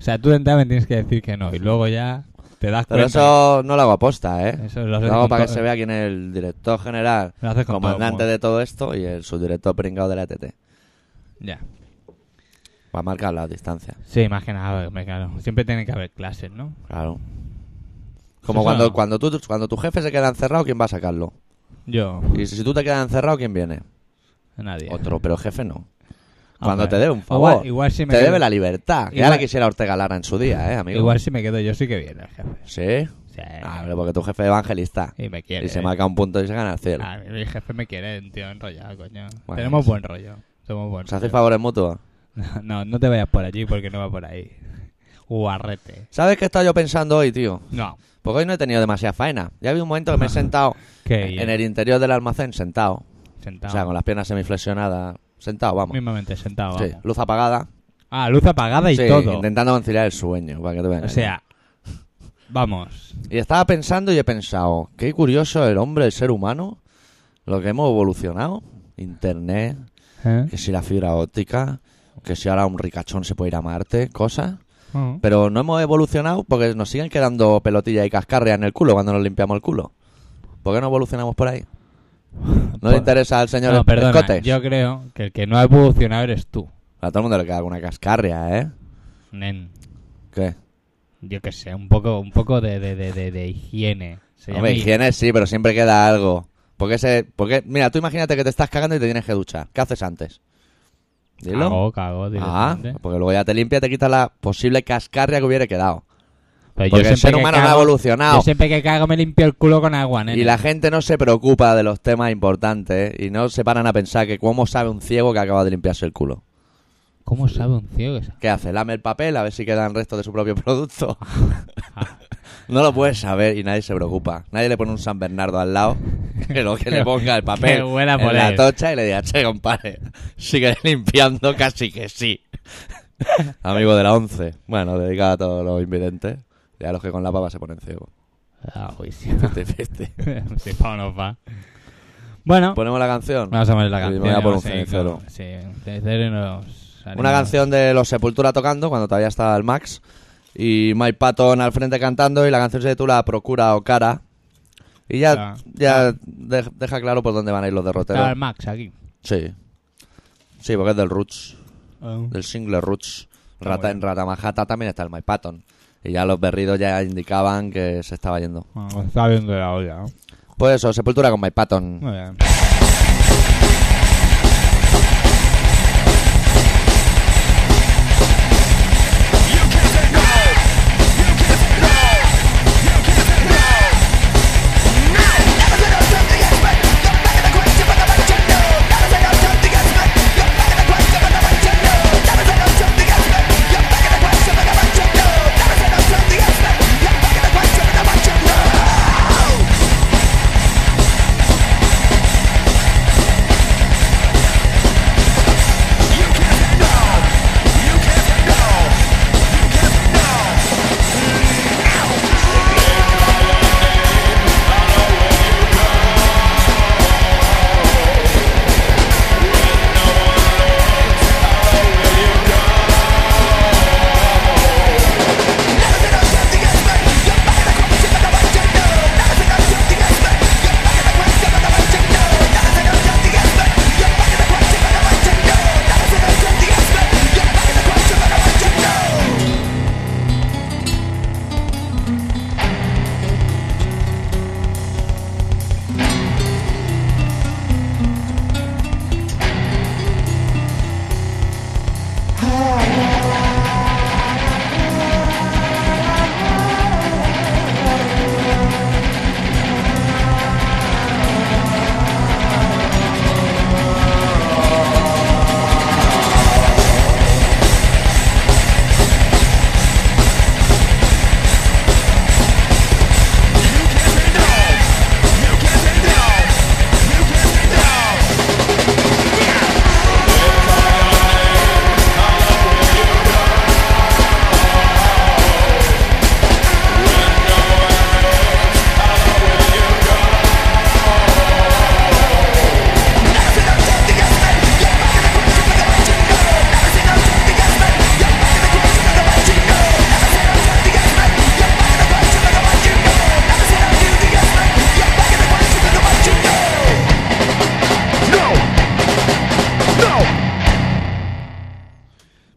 [SPEAKER 2] O sea, tú de entrada me tienes que decir que no y luego ya te das
[SPEAKER 1] Pero
[SPEAKER 2] cuenta.
[SPEAKER 1] eso no lo hago aposta, ¿eh?
[SPEAKER 2] Eso lo haces
[SPEAKER 1] Lo hago
[SPEAKER 2] con
[SPEAKER 1] para que
[SPEAKER 2] todo-
[SPEAKER 1] se vea quién es el director general,
[SPEAKER 2] Lo haces con todo
[SPEAKER 1] comandante
[SPEAKER 2] humor.
[SPEAKER 1] de todo esto y el subdirector pringado de la ETT.
[SPEAKER 2] Ya.
[SPEAKER 1] Para marcar las distancias.
[SPEAKER 2] Sí, más que nada, me claro. Siempre tiene que haber clases, ¿no?
[SPEAKER 1] Claro. Como
[SPEAKER 2] Pues Eso
[SPEAKER 1] cuando,
[SPEAKER 2] no.
[SPEAKER 1] cuando, tú, cuando tu jefe se queda encerrado, ¿quién va a sacarlo?
[SPEAKER 2] Yo,
[SPEAKER 1] Y si tú te quedas encerrado, ¿quién viene?
[SPEAKER 2] nadie.
[SPEAKER 1] Otro, pero jefe no.
[SPEAKER 2] Hombre. Ah,
[SPEAKER 1] Cuando te debe un favor.
[SPEAKER 2] Igual, igual si me
[SPEAKER 1] te
[SPEAKER 2] quedo,
[SPEAKER 1] debe la libertad. Que ya
[SPEAKER 2] Igual-
[SPEAKER 1] la quisiera Ortega Lara en su día, ¿eh, amigo?
[SPEAKER 2] Igual si me quedo yo sí que viene el jefe.
[SPEAKER 1] ¿Sí?
[SPEAKER 2] Sí.
[SPEAKER 1] Ah, pero porque tu jefe es evangelista.
[SPEAKER 2] y me quiere.
[SPEAKER 1] Y se marca un punto y se gana el cielo.
[SPEAKER 2] Eh, Ah, mi jefe me quiere, tío, enrollado, coño.
[SPEAKER 1] Bueno,
[SPEAKER 2] Tenemos
[SPEAKER 1] sí.
[SPEAKER 2] buen rollo. Somos buenos.
[SPEAKER 1] ¿Se hace favores mutuos?
[SPEAKER 2] [laughs] No, no te vayas por allí porque no va por ahí. Guarrete.
[SPEAKER 1] ¿Sabes qué he estado yo pensando hoy, tío?
[SPEAKER 2] No.
[SPEAKER 1] Porque hoy no he tenido demasiada faena. Ya había un momento
[SPEAKER 2] [laughs]
[SPEAKER 1] que me he sentado
[SPEAKER 2] ¿Qué?
[SPEAKER 1] en el interior del almacén, sentado.
[SPEAKER 2] Sentado.
[SPEAKER 1] O sea, con las piernas semiflexionadas. Sentado, vamos.
[SPEAKER 2] Mismamente sentado.
[SPEAKER 1] Sí,
[SPEAKER 2] vamos.
[SPEAKER 1] luz apagada.
[SPEAKER 2] Ah, luz apagada y
[SPEAKER 1] Sí,
[SPEAKER 2] todo.
[SPEAKER 1] intentando conciliar el sueño, para que te vean.
[SPEAKER 2] O sea, vamos.
[SPEAKER 1] Y estaba pensando y he pensado, qué curioso el hombre, el ser humano, ¿Eh? lo que hemos evolucionado. Internet, que si la fibra óptica, que si ahora un ricachón se puede ir a Marte, cosas. Pero no hemos evolucionado porque nos siguen quedando pelotillas y cascarrias en el culo cuando nos limpiamos el culo. ¿Por qué no evolucionamos por ahí? ¿No
[SPEAKER 2] Por-
[SPEAKER 1] le interesa al señor
[SPEAKER 2] Pues- No, perdona,
[SPEAKER 1] Escotes?
[SPEAKER 2] yo creo que el que no ha evolucionado eres tú,
[SPEAKER 1] A todo el mundo le queda alguna cascarria, ¿eh?
[SPEAKER 2] nen.
[SPEAKER 1] ¿Qué?
[SPEAKER 2] Yo qué sé, un poco, un poco de, de, de, de, de higiene. Se
[SPEAKER 1] Hombre,
[SPEAKER 2] llama hi-
[SPEAKER 1] higiene sí, pero siempre queda algo. Porque ese, porque, mira, tú imagínate que te estás cagando y te tienes que duchar. ¿Qué haces antes? Dilo.
[SPEAKER 2] Cago, cago,
[SPEAKER 1] Ah,
[SPEAKER 2] directamente.
[SPEAKER 1] porque luego ya te limpia y te quita la posible cascarria que hubiera quedado.
[SPEAKER 2] Pero Eh, yo
[SPEAKER 1] Porque el
[SPEAKER 2] siempre
[SPEAKER 1] ser
[SPEAKER 2] que
[SPEAKER 1] humano no ha
[SPEAKER 2] cago-
[SPEAKER 1] evolucionado.
[SPEAKER 2] Yo siempre que cago me limpio el culo con agua, nene.
[SPEAKER 1] Y la gente no se preocupa de los temas importantes ¿eh? y no se paran a pensar que cómo sabe un ciego que acaba de limpiarse el culo.
[SPEAKER 2] ¿Cómo sabe un ciego que sa-
[SPEAKER 1] ¿Qué hace? ¿Lame el papel a ver si quedan restos de su propio [laughs] producto? no lo puedes saber y nadie se preocupa. Nadie le pone un San Bernardo al lado [laughs] que lo que le ponga el papel
[SPEAKER 2] [laughs] Que huela por
[SPEAKER 1] en la
[SPEAKER 2] él.
[SPEAKER 1] tocha y le diga, che, compadre, sigue limpiando casi que
[SPEAKER 2] [laughs]
[SPEAKER 1] sí. Amigo de la once. Bueno, dedicado a todos los invidentes y a los que con la papa se ponen ciegos.
[SPEAKER 2] Ah,
[SPEAKER 1] [laughs]
[SPEAKER 2] uy, sí. [laughs]
[SPEAKER 1] 50-50.
[SPEAKER 2] Si pa' o no pa. Bueno,
[SPEAKER 1] ¿Ponemos la canción?
[SPEAKER 2] vamos a poner la
[SPEAKER 1] Pues, Sí, me
[SPEAKER 2] canción.
[SPEAKER 1] voy a
[SPEAKER 2] y
[SPEAKER 1] por
[SPEAKER 2] vamos
[SPEAKER 1] un
[SPEAKER 2] a ir
[SPEAKER 1] cenicero.
[SPEAKER 2] con- Sí, un cenicero y nos
[SPEAKER 1] Una
[SPEAKER 2] animamos.
[SPEAKER 1] canción de los Sepultura tocando cuando todavía estaba el Max y Mike Patton al frente cantando y la canción se titula Procura o Cara. Y ya,
[SPEAKER 2] Ah.
[SPEAKER 1] ya de- deja claro por dónde van a ir los
[SPEAKER 2] Estaba el
[SPEAKER 1] derroteros.
[SPEAKER 2] Max aquí.
[SPEAKER 1] Sí. Sí, porque es del Roots,
[SPEAKER 2] Ah.
[SPEAKER 1] del single Roots.
[SPEAKER 2] Está
[SPEAKER 1] Rata
[SPEAKER 2] muy
[SPEAKER 1] en Rata Manhattan también está el Mike Patton. Y ya los berridos ya indicaban que se estaba yendo.
[SPEAKER 2] Ah, está viendo la olla, ¿no?
[SPEAKER 1] Pues eso, Sepultura con Mike Patton.
[SPEAKER 2] Muy bien.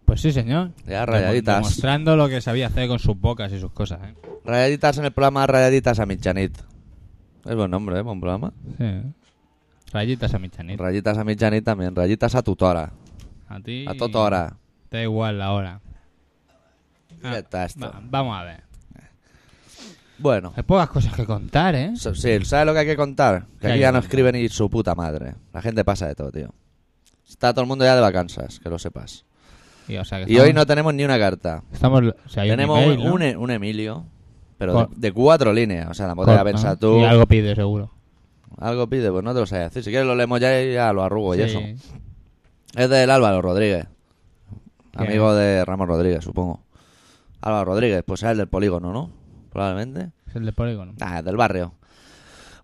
[SPEAKER 2] Pues sí, señor.
[SPEAKER 1] Ya, rayaditas.
[SPEAKER 2] Demo- Demostrando lo que sabía hacer con sus bocas y sus cosas, ¿eh?
[SPEAKER 1] Rayaditas en el programa Rayaditas a Michanit. Es buen nombre, ¿eh? Buen programa.
[SPEAKER 2] Sí. Rayitas a mi chanito.
[SPEAKER 1] Rayitas a Michanit también. Rayitas a Tutora.
[SPEAKER 2] A ti.
[SPEAKER 1] A Totora.
[SPEAKER 2] Da igual la hora.
[SPEAKER 1] Ya está esto.
[SPEAKER 2] va- vamos a ver.
[SPEAKER 1] Bueno,
[SPEAKER 2] Hay pocas cosas que contar, ¿eh?
[SPEAKER 1] so- sí, ¿sabes lo que hay que contar?
[SPEAKER 2] ¿Qué
[SPEAKER 1] Que
[SPEAKER 2] hay
[SPEAKER 1] aquí
[SPEAKER 2] que
[SPEAKER 1] ya no
[SPEAKER 2] contar?
[SPEAKER 1] escribe ni su puta madre. La gente pasa de todo, tío. Está todo el mundo ya de vacanzas, que lo sepas.
[SPEAKER 2] Y, o sea, que
[SPEAKER 1] Y hoy no
[SPEAKER 2] estamos-
[SPEAKER 1] tenemos ni una carta.
[SPEAKER 2] Estamos, o sea, hay
[SPEAKER 1] Tenemos
[SPEAKER 2] un,
[SPEAKER 1] un,
[SPEAKER 2] email, ¿no?
[SPEAKER 1] un E- un Emilio, pero
[SPEAKER 2] Cor-
[SPEAKER 1] de, de cuatro líneas. O sea, tampoco te la
[SPEAKER 2] Corta.
[SPEAKER 1] pensar tú.
[SPEAKER 2] Y
[SPEAKER 1] Algo...
[SPEAKER 2] algo pide, seguro.
[SPEAKER 1] pide, pues no te lo sé decir. Si quieres lo leemos ya y ya lo arrugo y
[SPEAKER 2] Sí.
[SPEAKER 1] Pues eso. Es del Álvaro Rodríguez.
[SPEAKER 2] ¿Quién
[SPEAKER 1] Amigo de Ramos Rodríguez, supongo. Álvaro Rodríguez, pues es el del polígono, ¿no? Probablemente.
[SPEAKER 2] Es el de polígono.
[SPEAKER 1] Ah, del barrio.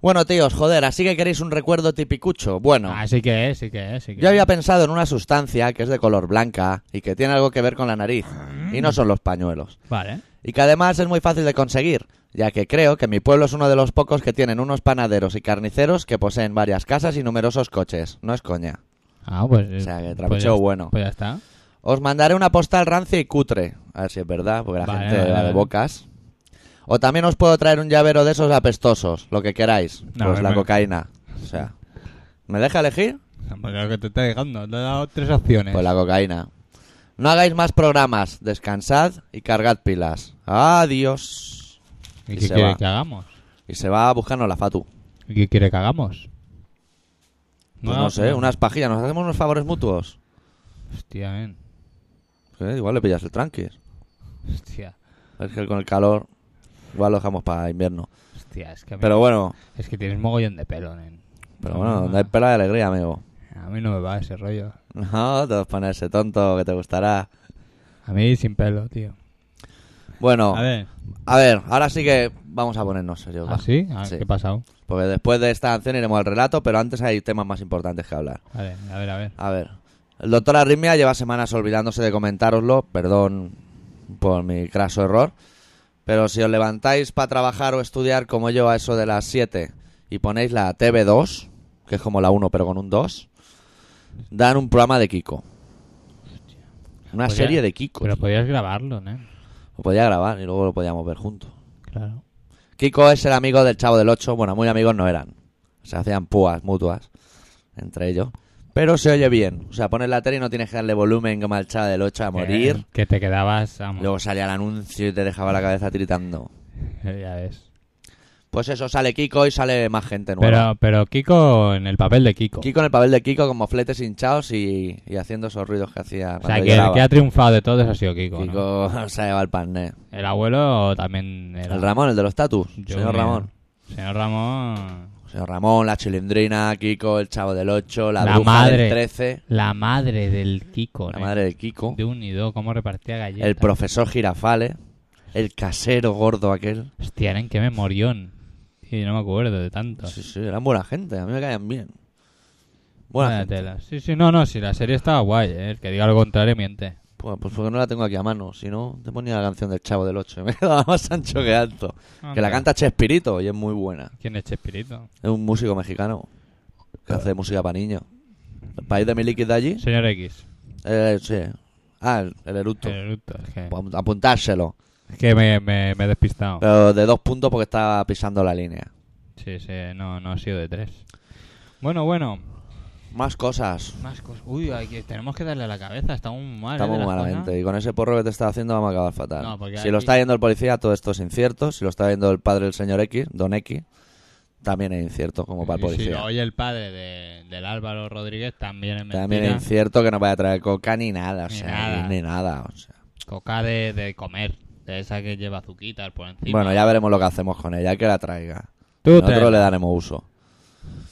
[SPEAKER 1] Bueno, tíos, joder, así que queréis un recuerdo tipicucho. Bueno,
[SPEAKER 2] Así que es, Ah, sí que es, sí que
[SPEAKER 1] yo
[SPEAKER 2] es.
[SPEAKER 1] había pensado en una sustancia que es de color blanca y que tiene algo que ver con la nariz. Y no son los pañuelos.
[SPEAKER 2] Vale.
[SPEAKER 1] Y que además es muy fácil de conseguir, ya que creo que mi pueblo es uno de los pocos que tienen unos panaderos y carniceros que poseen varias casas y numerosos coches. No es coña.
[SPEAKER 2] Ah, pues.
[SPEAKER 1] O sea, que
[SPEAKER 2] pues
[SPEAKER 1] trapicheo
[SPEAKER 2] ya-
[SPEAKER 1] bueno.
[SPEAKER 2] Pues ya está.
[SPEAKER 1] Os mandaré una postal rancia y cutre. A ver si es verdad, porque la
[SPEAKER 2] Vale,
[SPEAKER 1] gente
[SPEAKER 2] vale,
[SPEAKER 1] va de
[SPEAKER 2] vale.
[SPEAKER 1] bocas. O también os puedo traer un llavero de esos apestosos, lo que queráis.
[SPEAKER 2] No,
[SPEAKER 1] pues
[SPEAKER 2] me-
[SPEAKER 1] la
[SPEAKER 2] me-
[SPEAKER 1] cocaína. O sea, ¿me deja elegir?
[SPEAKER 2] Porque lo Pues que te está dejando, te he dado tres opciones.
[SPEAKER 1] Pues la cocaína. No hagáis más programas. Descansad y cargad pilas. Adiós.
[SPEAKER 2] ¿Y,
[SPEAKER 1] y
[SPEAKER 2] qué
[SPEAKER 1] se
[SPEAKER 2] quiere
[SPEAKER 1] va.
[SPEAKER 2] que hagamos?
[SPEAKER 1] Y se va a buscarnos la Fatu.
[SPEAKER 2] ¿Y qué quiere que hagamos?
[SPEAKER 1] Pues no, sé, unas pajillas. Nos hacemos unos favores mutuos.
[SPEAKER 2] Hostia, ven.
[SPEAKER 1] Eh, Igual le pillas el tranqui.
[SPEAKER 2] Hostia.
[SPEAKER 1] Es que con el calor igual lo dejamos para invierno.
[SPEAKER 2] Hostia, es que, a mí-
[SPEAKER 1] Pero bueno,
[SPEAKER 2] es que tienes mogollón de pelo, nen.
[SPEAKER 1] pero
[SPEAKER 2] No,
[SPEAKER 1] bueno,
[SPEAKER 2] no,
[SPEAKER 1] donde hay pela de alegría, amigo.
[SPEAKER 2] A mí no me va ese rollo.
[SPEAKER 1] No, te vas a poner ese tonto que te gustará.
[SPEAKER 2] A mí sin pelo, tío.
[SPEAKER 1] Bueno,
[SPEAKER 2] A ver,
[SPEAKER 1] a ver, ahora sí que vamos a ponernos serios. va.
[SPEAKER 2] ¿ah, sí? Ah,
[SPEAKER 1] Sí.
[SPEAKER 2] ¿Qué ha pasado?
[SPEAKER 1] Porque después de esta canción iremos al relato, pero antes hay temas más importantes que hablar.
[SPEAKER 2] Vale, a ver, a ver.
[SPEAKER 1] A ver, el doctor Arritmia lleva semanas olvidándose de comentároslo, perdón por mi craso error, pero si os levantáis para trabajar o estudiar como yo a eso de las 7 y ponéis la TV2, que es como la 1 pero con un 2, dan un programa de Kiko. Una
[SPEAKER 2] Podría-
[SPEAKER 1] serie de Kiko.
[SPEAKER 2] Pero podías grabarlo, ¿eh?
[SPEAKER 1] Lo podía grabar y luego lo podíamos ver juntos.
[SPEAKER 2] Claro.
[SPEAKER 1] Kiko es el amigo del Chavo del 8. Bueno, muy amigos no eran. Se hacían púas mutuas entre ellos. Pero se oye bien. O sea, pones la tele y no tienes que darle volumen como al Chavo del 8 a morir.
[SPEAKER 2] Que, que te quedabas, vamos.
[SPEAKER 1] Luego salía el anuncio y te dejaba la cabeza tiritando.
[SPEAKER 2] Ya ves.
[SPEAKER 1] Pues eso, sale Kiko y sale más gente nueva.
[SPEAKER 2] Pero, pero Kiko en el papel de Kiko.
[SPEAKER 1] Kiko en el papel de Kiko con mofletes hinchados y, y haciendo esos ruidos que hacía
[SPEAKER 2] o
[SPEAKER 1] cuando
[SPEAKER 2] sea, que el
[SPEAKER 1] lloraba.
[SPEAKER 2] que ha triunfado de todos ha sido Kiko. ¿no?
[SPEAKER 1] Kiko [laughs] se lleva el pané.
[SPEAKER 2] El abuelo también era.
[SPEAKER 1] El Ramón, el de los tatus.
[SPEAKER 2] Yo
[SPEAKER 1] Señor
[SPEAKER 2] mira.
[SPEAKER 1] Ramón.
[SPEAKER 2] Señor Ramón.
[SPEAKER 1] Señor Pues Ramón, la chilindrina, Kiko, el Chavo del 8, la,
[SPEAKER 2] La
[SPEAKER 1] bruja del
[SPEAKER 2] madre.
[SPEAKER 1] 13,
[SPEAKER 2] La madre del Kiko.
[SPEAKER 1] la
[SPEAKER 2] ¿no?
[SPEAKER 1] madre de Kiko.
[SPEAKER 2] De un y dos, cómo repartía galletas.
[SPEAKER 1] El profesor Girafale. El casero gordo aquel.
[SPEAKER 2] Hostia, eran que memorión. Tío, yo no me acuerdo de tanto.
[SPEAKER 1] Sí, sí, eran buena gente. A mí me caían bien. Buena
[SPEAKER 2] Vaya
[SPEAKER 1] gente.
[SPEAKER 2] tela. Sí, sí, no, no, si la serie estaba guay, ¿eh? el que diga lo contrario miente.
[SPEAKER 1] Pues, pues porque no la tengo aquí a mano. Si no, te ponía la canción del Chavo del 8. [laughs] Me daba más ancho que alto. Que la
[SPEAKER 2] Anda.
[SPEAKER 1] canta Chespirito y es muy buena.
[SPEAKER 2] ¿Quién es Chespirito?
[SPEAKER 1] Es un músico mexicano que hace música para niños. ¿El país de Miliki de allí?
[SPEAKER 2] Señor X.
[SPEAKER 1] Eh, sí. Ah, el, el eructo.
[SPEAKER 2] El eructo, es que,
[SPEAKER 1] Pues Apuntárselo.
[SPEAKER 2] es que me, me, me he despistado.
[SPEAKER 1] Pero de dos puntos porque estaba pisando la línea.
[SPEAKER 2] Sí, sí, no, no ha sido de tres. Bueno, bueno.
[SPEAKER 1] Más cosas.
[SPEAKER 2] Más cosas. Uy, hay que- tenemos que darle a la cabeza, estamos muy mal. ¿eh?
[SPEAKER 1] Estamos
[SPEAKER 2] de la
[SPEAKER 1] malamente. Y con ese porro que te está haciendo vamos a acabar fatal.
[SPEAKER 2] No, porque
[SPEAKER 1] si
[SPEAKER 2] aquí-
[SPEAKER 1] lo está viendo el policía, todo esto es incierto. Si lo está viendo el padre del señor X, don X, también es incierto, como para el
[SPEAKER 2] Y Si
[SPEAKER 1] policía.
[SPEAKER 2] lo oye el padre de- del Álvaro Rodríguez, también es mentira.
[SPEAKER 1] también es incierto que no vaya a traer coca ni nada. O
[SPEAKER 2] Ni
[SPEAKER 1] sea,
[SPEAKER 2] nada.
[SPEAKER 1] ni nada. o sea.
[SPEAKER 2] Coca de, de comer, de esa que lleva azuquitas por encima.
[SPEAKER 1] Bueno, ya veremos lo que hacemos con ella, que la traiga.
[SPEAKER 2] Tú
[SPEAKER 1] Nosotros
[SPEAKER 2] traes-
[SPEAKER 1] le daremos uso.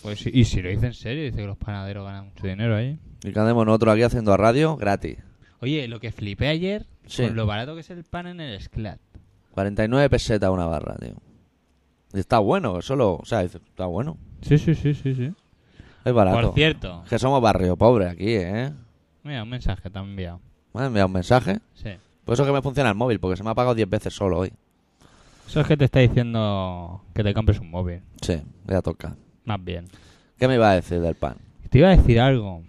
[SPEAKER 2] Pues sí, y si lo dice en serio, dice que los panaderos ganan mucho dinero ahí.
[SPEAKER 1] Y que andemos nosotros aquí haciendo a radio gratis.
[SPEAKER 2] Oye, lo que flipé ayer,
[SPEAKER 1] Sí.
[SPEAKER 2] con lo barato que es el pan en el Sclat.
[SPEAKER 1] 49 pesetas una barra, tío. Y está bueno, solo. O sea, dice, está bueno.
[SPEAKER 2] Sí, sí, sí, sí, sí.
[SPEAKER 1] Es barato.
[SPEAKER 2] Por cierto,
[SPEAKER 1] Es que somos barrio pobre aquí, ¿eh?
[SPEAKER 2] mira, un mensaje te han enviado.
[SPEAKER 1] Me han enviado un mensaje.
[SPEAKER 2] Sí.
[SPEAKER 1] Por eso que me funciona el móvil, porque se me ha apagado 10 veces solo hoy.
[SPEAKER 2] Eso es que te está diciendo que te compres un móvil.
[SPEAKER 1] Sí, ya toca.
[SPEAKER 2] Más bien.
[SPEAKER 1] ¿Qué me iba a decir del pan?
[SPEAKER 2] Te iba a decir algo.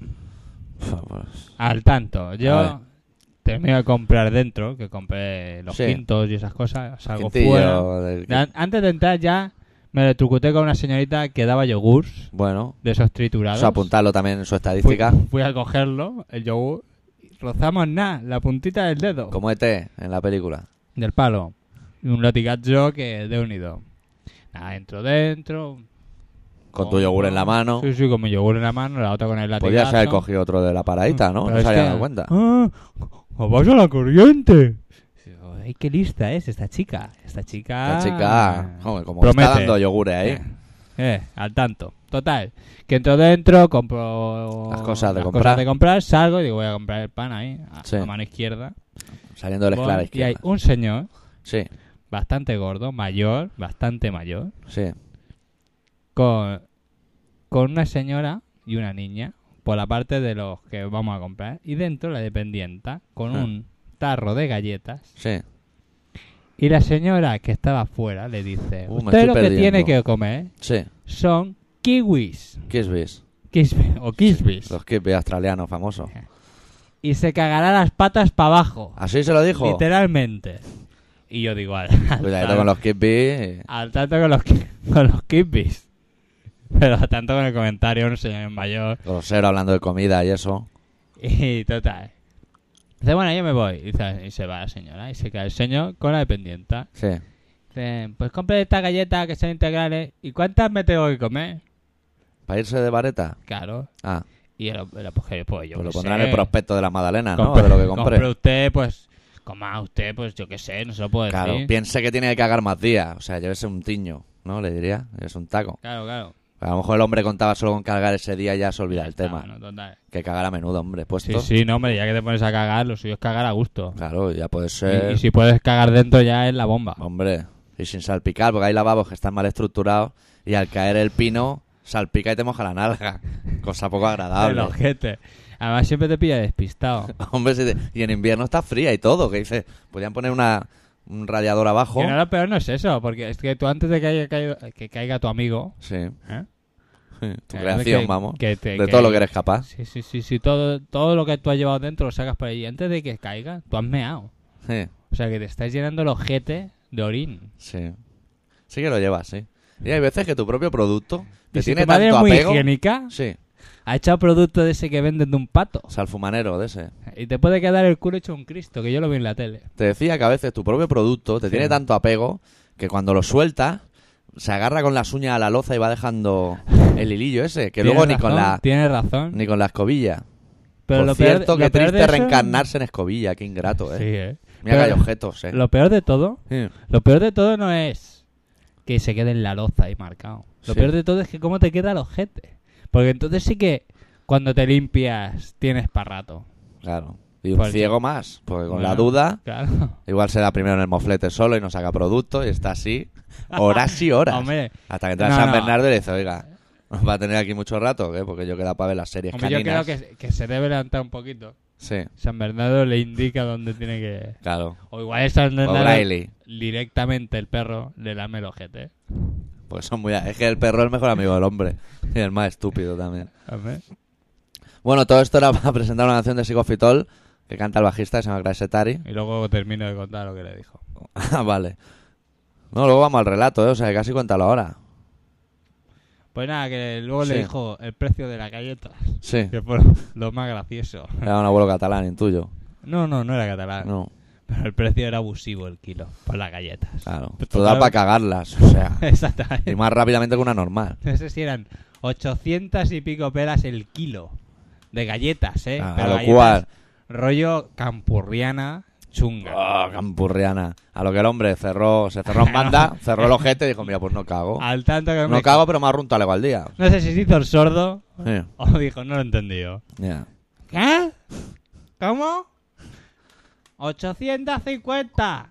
[SPEAKER 1] Pues,
[SPEAKER 2] Al tanto,
[SPEAKER 1] A
[SPEAKER 2] yo terminé de comprar dentro, que compré los
[SPEAKER 1] Sí.
[SPEAKER 2] quintos y esas cosas, salgo
[SPEAKER 1] quintillo
[SPEAKER 2] fuera.
[SPEAKER 1] del-
[SPEAKER 2] An- Antes de entrar ya me trucuté con una señorita que daba yogurts
[SPEAKER 1] Bueno,
[SPEAKER 2] de esos triturados.
[SPEAKER 1] eso apuntarlo también en su
[SPEAKER 2] fui,
[SPEAKER 1] estadística.
[SPEAKER 2] fui a cogerlo, el yogur, y rozamos nada, la puntita del dedo
[SPEAKER 1] Como ET en la película.
[SPEAKER 2] del palo. Y un latigazo que de unido. Nada, entro dentro.
[SPEAKER 1] Con tu yogur en la mano.
[SPEAKER 2] Sí, sí, con mi yogur en la mano, la otra con el latigazo.
[SPEAKER 1] Podías haber cogido otro de la paradita, ¿no?
[SPEAKER 2] Mm, Pero
[SPEAKER 1] No
[SPEAKER 2] es
[SPEAKER 1] se había
[SPEAKER 2] que-
[SPEAKER 1] dado cuenta.
[SPEAKER 2] ¡Ah! ¡Os vais a la corriente! Digo, ¡Ay, qué lista es esta chica! Esta chica...
[SPEAKER 1] La chica, joder, como está
[SPEAKER 2] Ah. promete.
[SPEAKER 1] dando yogures ahí.
[SPEAKER 2] Eh, eh, al tanto. Total. Que entro dentro, compro
[SPEAKER 1] Las cosas de comprar.
[SPEAKER 2] comprar, salgo y digo, voy a comprar el pan ahí, a,
[SPEAKER 1] Sí.
[SPEAKER 2] a mano izquierda.
[SPEAKER 1] Saliendo del esclavo
[SPEAKER 2] Voy, y hay un señor
[SPEAKER 1] Sí,
[SPEAKER 2] bastante gordo, mayor, bastante mayor,
[SPEAKER 1] sí.
[SPEAKER 2] con, con una señora y una niña por la parte de los que vamos a comprar. Y dentro la dependienta con
[SPEAKER 1] Ah.
[SPEAKER 2] un tarro de galletas.
[SPEAKER 1] Sí.
[SPEAKER 2] Y la señora que estaba afuera le dice,
[SPEAKER 1] Uh, me
[SPEAKER 2] usted
[SPEAKER 1] estoy
[SPEAKER 2] lo que
[SPEAKER 1] perdiendo".
[SPEAKER 2] tiene que comer
[SPEAKER 1] Sí.
[SPEAKER 2] son kiwis.
[SPEAKER 1] Kisbis.
[SPEAKER 2] Kisbe- o kisbis.
[SPEAKER 1] Los kisbis australianos famosos.
[SPEAKER 2] Y se cagará las patas para abajo.
[SPEAKER 1] Así se lo dijo.
[SPEAKER 2] Literalmente. Y yo digo, al, al
[SPEAKER 1] Cuidadito
[SPEAKER 2] tan-
[SPEAKER 1] con los eh, kisbis.
[SPEAKER 2] al tanto con los, ki- con los kiwis. Pero al tanto con el comentario, un señor mayor.
[SPEAKER 1] Grosero hablando de comida y eso.
[SPEAKER 2] [laughs] Y total. Dice, bueno, yo me voy. Y, dice- y se va la señora. Y se cae el señor con la dependienta.
[SPEAKER 1] Sí.
[SPEAKER 2] Dice, pues compre estas galletas que son integrales. ¿Y cuántas me tengo que comer?
[SPEAKER 1] ¿Para irse de vareta?
[SPEAKER 2] Claro.
[SPEAKER 1] Ah,
[SPEAKER 2] Y el pues, pues yo
[SPEAKER 1] pues lo
[SPEAKER 2] qué
[SPEAKER 1] pondrán en
[SPEAKER 2] sé.
[SPEAKER 1] el prospecto de la Madalena, ¿no?
[SPEAKER 2] Compre-
[SPEAKER 1] de lo que compré.
[SPEAKER 2] compre usted, pues... Coma usted, pues yo qué sé, no se lo puedo
[SPEAKER 1] Claro,
[SPEAKER 2] decir.
[SPEAKER 1] piense que tiene que cagar más días. O sea, llévese un tiño, ¿no? Le diría. Llévese un taco.
[SPEAKER 2] Claro, claro.
[SPEAKER 1] A lo mejor el hombre contaba solo con cagar ese día y ya se olvida el tema.
[SPEAKER 2] Ah, bueno, total.
[SPEAKER 1] Que cagar a menudo, hombre. pues Puesto.
[SPEAKER 2] Sí, sí, no, hombre, ya que te pones a cagar, lo suyo es cagar a gusto.
[SPEAKER 1] Claro, ya puede
[SPEAKER 2] Y,
[SPEAKER 1] ser.
[SPEAKER 2] y si puedes cagar dentro ya es la bomba.
[SPEAKER 1] Hombre, y sin salpicar, porque hay lavabos que están mal estructurados y al caer el pino salpica y te moja la nalga. [laughs] Cosa poco
[SPEAKER 2] El
[SPEAKER 1] agradable.
[SPEAKER 2] ojete. Además siempre te
[SPEAKER 1] [laughs]
[SPEAKER 2] pilla despistado.
[SPEAKER 1] Hombre, si te- y en invierno está fría y todo, que dices, podían poner una, un radiador abajo.
[SPEAKER 2] Que no, lo peor no es eso, porque es que tú antes de que, haya caído- que caiga tu amigo...
[SPEAKER 1] Sí,
[SPEAKER 2] ¿eh?
[SPEAKER 1] tu
[SPEAKER 2] Que-
[SPEAKER 1] creación,
[SPEAKER 2] que-
[SPEAKER 1] vamos.
[SPEAKER 2] que te-
[SPEAKER 1] de todo lo que
[SPEAKER 2] que...
[SPEAKER 1] eres capaz.
[SPEAKER 2] Sí, sí, sí, sí, todo, todo lo que tú has llevado dentro lo sacas por ahí. Antes de que caiga, tú has meado.
[SPEAKER 1] Sí,
[SPEAKER 2] O sea, que te estás llenando el ojete de orín.
[SPEAKER 1] sí. Sí que lo llevas, sí. Y hay veces que tu propio producto te
[SPEAKER 2] Y si
[SPEAKER 1] tiene
[SPEAKER 2] tu madre
[SPEAKER 1] tanto
[SPEAKER 2] es muy
[SPEAKER 1] apego.
[SPEAKER 2] higiénica,
[SPEAKER 1] Sí,
[SPEAKER 2] ha echado producto de ese que venden de un pato.
[SPEAKER 1] salfumanero de ese.
[SPEAKER 2] Y te puede quedar el culo hecho un Cristo, que yo lo vi en la tele.
[SPEAKER 1] Te decía que a veces tu propio producto te
[SPEAKER 2] Sí.
[SPEAKER 1] tiene tanto apego que cuando lo sueltas se agarra con las uñas a la loza y va dejando el hilillo ese, que
[SPEAKER 2] Tienes
[SPEAKER 1] luego ni
[SPEAKER 2] razón,
[SPEAKER 1] con la
[SPEAKER 2] Tienes razón.
[SPEAKER 1] ni con la escobilla.
[SPEAKER 2] Pero
[SPEAKER 1] Por
[SPEAKER 2] lo peor-
[SPEAKER 1] cierto,
[SPEAKER 2] lo
[SPEAKER 1] que
[SPEAKER 2] peor de
[SPEAKER 1] triste
[SPEAKER 2] eso-
[SPEAKER 1] reencarnarse en escobilla, qué ingrato, eh.
[SPEAKER 2] Sí, eh.
[SPEAKER 1] Mira que hay
[SPEAKER 2] Pero-
[SPEAKER 1] objetos, eh.
[SPEAKER 2] Lo peor de todo,
[SPEAKER 1] Sí.
[SPEAKER 2] lo peor de todo no es que se quede en la loza ahí marcado. Lo
[SPEAKER 1] Sí.
[SPEAKER 2] peor de todo es que cómo te queda el ojete. Porque entonces sí que cuando te limpias tienes para rato.
[SPEAKER 1] Claro. Y un
[SPEAKER 2] Porque-
[SPEAKER 1] ciego más, porque con la
[SPEAKER 2] Pues Bueno,
[SPEAKER 1] duda
[SPEAKER 2] Claro.
[SPEAKER 1] igual se da primero en el moflete solo y no saca producto y está así horas y horas.
[SPEAKER 2] [laughs] Hombre,
[SPEAKER 1] Hasta que entra
[SPEAKER 2] No,
[SPEAKER 1] San
[SPEAKER 2] no.
[SPEAKER 1] Bernardo y le dice, oiga, va a tener aquí mucho rato, ¿eh? porque yo queda para ver las series
[SPEAKER 2] hombre, yo creo
[SPEAKER 1] caninas.
[SPEAKER 2] que, que se debe levantar un poquito.
[SPEAKER 1] Sí,
[SPEAKER 2] San Bernardo le indica dónde tiene que...
[SPEAKER 1] claro.
[SPEAKER 2] O igual es San
[SPEAKER 1] O
[SPEAKER 2] Bernardo
[SPEAKER 1] Braille.
[SPEAKER 2] directamente el perro le lame el ojete.
[SPEAKER 1] Pues son muy... Es que el perro es el mejor amigo del hombre. Y el más estúpido también.
[SPEAKER 2] Hombre.
[SPEAKER 1] Bueno, todo esto era para presentar una canción de Psicofitol que canta el bajista que se llama Grasetari.
[SPEAKER 2] Y luego termino de contar lo que le dijo.
[SPEAKER 1] [laughs] Ah, vale. No, luego vamos al relato, ¿eh? O sea, que casi cuéntalo ahora.
[SPEAKER 2] Pues nada, que luego
[SPEAKER 1] Sí.
[SPEAKER 2] le dijo el precio de la galleta,
[SPEAKER 1] Sí.
[SPEAKER 2] que fue lo más gracioso.
[SPEAKER 1] Era un abuelo catalán, intuyo.
[SPEAKER 2] No, no, no era catalán.
[SPEAKER 1] No,
[SPEAKER 2] Pero el precio era abusivo el kilo por las galletas.
[SPEAKER 1] claro.
[SPEAKER 2] Pues
[SPEAKER 1] Todo da
[SPEAKER 2] total-
[SPEAKER 1] para cagarlas, o
[SPEAKER 2] [laughs]
[SPEAKER 1] sea. Y
[SPEAKER 2] Exactamente.
[SPEAKER 1] más rápidamente que una normal.
[SPEAKER 2] No sé si eran 800 y pico pelas el kilo de galletas, ¿eh?
[SPEAKER 1] Ah,
[SPEAKER 2] Pero
[SPEAKER 1] a lo
[SPEAKER 2] galletas
[SPEAKER 1] cual...
[SPEAKER 2] Rollo campurriana chunga.
[SPEAKER 1] Ah, campurriana. A lo que el hombre cerró, se cerró en banda, cerró el ojete y dijo, mira, pues no cago.
[SPEAKER 2] Al tanto que
[SPEAKER 1] No
[SPEAKER 2] me-
[SPEAKER 1] cago, pero me arrunto algo al día.
[SPEAKER 2] No sé si se hizo el sordo
[SPEAKER 1] Sí,
[SPEAKER 2] o [laughs] dijo, no lo he entendido.
[SPEAKER 1] ya.
[SPEAKER 2] ¿Qué? ¿Cómo? 850.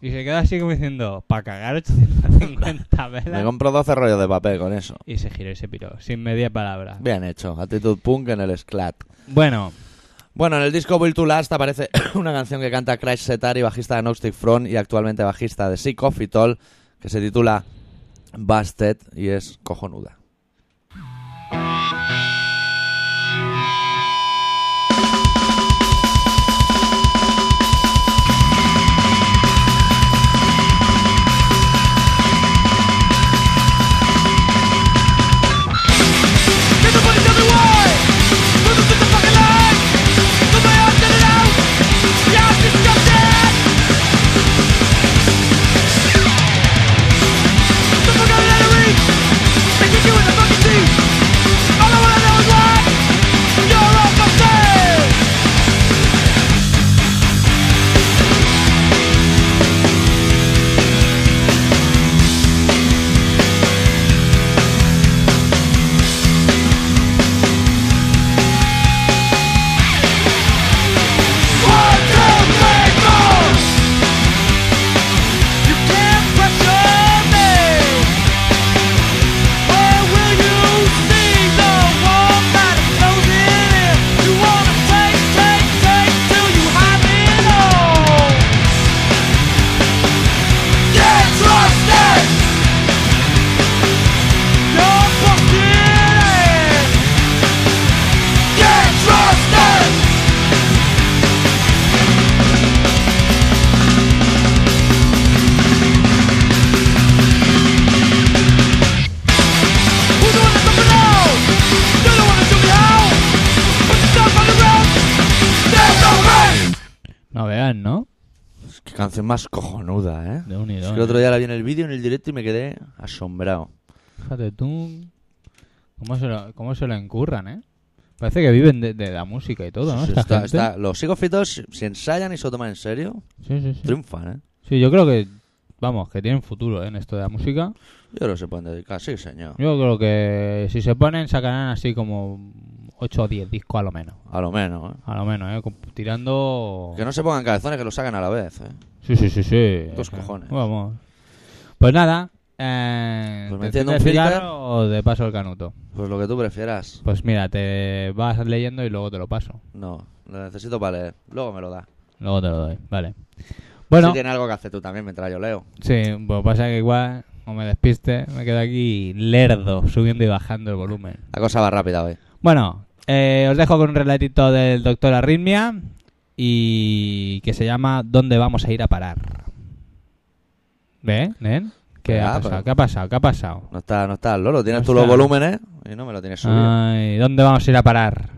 [SPEAKER 2] Y se queda así como diciendo, para
[SPEAKER 1] [laughs]
[SPEAKER 2] cagar 850
[SPEAKER 1] Me
[SPEAKER 2] velas.
[SPEAKER 1] compro 12 rollos de papel con eso.
[SPEAKER 2] Y se giró y se piró, sin media palabra.
[SPEAKER 1] Bien hecho, actitud punk en el Sclat.
[SPEAKER 2] Bueno,
[SPEAKER 1] Bueno, en el disco Will to Last aparece [coughs] una canción que canta Crash Setari, bajista de Gnostic Front y actualmente bajista de Sick of It All, que se titula Busted y es cojonuda.
[SPEAKER 3] Get the money the other way! Move it to the fucking line! Put my arms in and out! Yeah, it's disgusting! The fuck out of that arena! They can do it
[SPEAKER 1] canción más cojonuda, ¿eh?
[SPEAKER 2] De un y
[SPEAKER 1] Es
[SPEAKER 2] dos,
[SPEAKER 1] que el otro
[SPEAKER 2] ¿eh?
[SPEAKER 1] día la vi en el vídeo, en el directo y me quedé asombrado.
[SPEAKER 2] Fíjate tú. ¿Cómo se, lo, ¿Cómo se lo encurran, eh? Parece que viven de, de la música y todo, ¿no?
[SPEAKER 1] Sí,
[SPEAKER 2] Esta
[SPEAKER 1] está-
[SPEAKER 2] gente.
[SPEAKER 1] está- los psicofitos, si ensayan y se lo toman en serio,
[SPEAKER 2] Sí, sí, sí.
[SPEAKER 1] triunfan, ¿eh?
[SPEAKER 2] Sí, yo creo que. Vamos, que tienen futuro ¿eh? en esto de la música.
[SPEAKER 1] Yo creo que se pueden dedicar, sí, señor.
[SPEAKER 2] Yo creo que si se ponen, sacarán así como 8 o 10 discos a lo menos.
[SPEAKER 1] A lo menos, ¿eh?
[SPEAKER 2] A lo menos, ¿eh? Con- Tirando.
[SPEAKER 1] Que no se pongan cabezones, que lo sacan a la vez, ¿eh?
[SPEAKER 2] Sí, sí, sí, sí.
[SPEAKER 1] Dos
[SPEAKER 2] Ajá.
[SPEAKER 1] cojones.
[SPEAKER 2] Vamos. Pues nada. Eh,
[SPEAKER 1] Pues
[SPEAKER 2] ¿te
[SPEAKER 1] me enciendo
[SPEAKER 2] enciendes
[SPEAKER 1] un
[SPEAKER 2] cigarro
[SPEAKER 1] filter.
[SPEAKER 2] o de paso el canuto?
[SPEAKER 1] Pues lo que tú prefieras.
[SPEAKER 2] Pues mira, te vas leyendo y luego te lo paso.
[SPEAKER 1] No, lo necesito para leer. Luego me lo da.
[SPEAKER 2] Luego te lo doy, vale. Bueno,
[SPEAKER 1] Si tiene algo que hacer tú también mientras yo leo.
[SPEAKER 2] sí, pues pasa que igual, o me despiste, me quedo aquí lerdo, subiendo y bajando el volumen.
[SPEAKER 1] La cosa va rápida hoy.
[SPEAKER 2] Bueno, eh, os dejo con un relatito del doctor Arritmia y que se llama ¿Dónde vamos a ir a parar? ¿Ven? ¿Ven? ¿Qué,
[SPEAKER 1] Ah,
[SPEAKER 2] ha pasado?
[SPEAKER 1] pero-
[SPEAKER 2] ¿Qué ha pasado? ¿Qué ha pasado?
[SPEAKER 1] No está, no está, Lolo. Tienes
[SPEAKER 2] No
[SPEAKER 1] tú los
[SPEAKER 2] está. Ah.
[SPEAKER 1] volúmenes y no me lo tienes subido.
[SPEAKER 2] Ay, ¿Dónde vamos a ir a parar?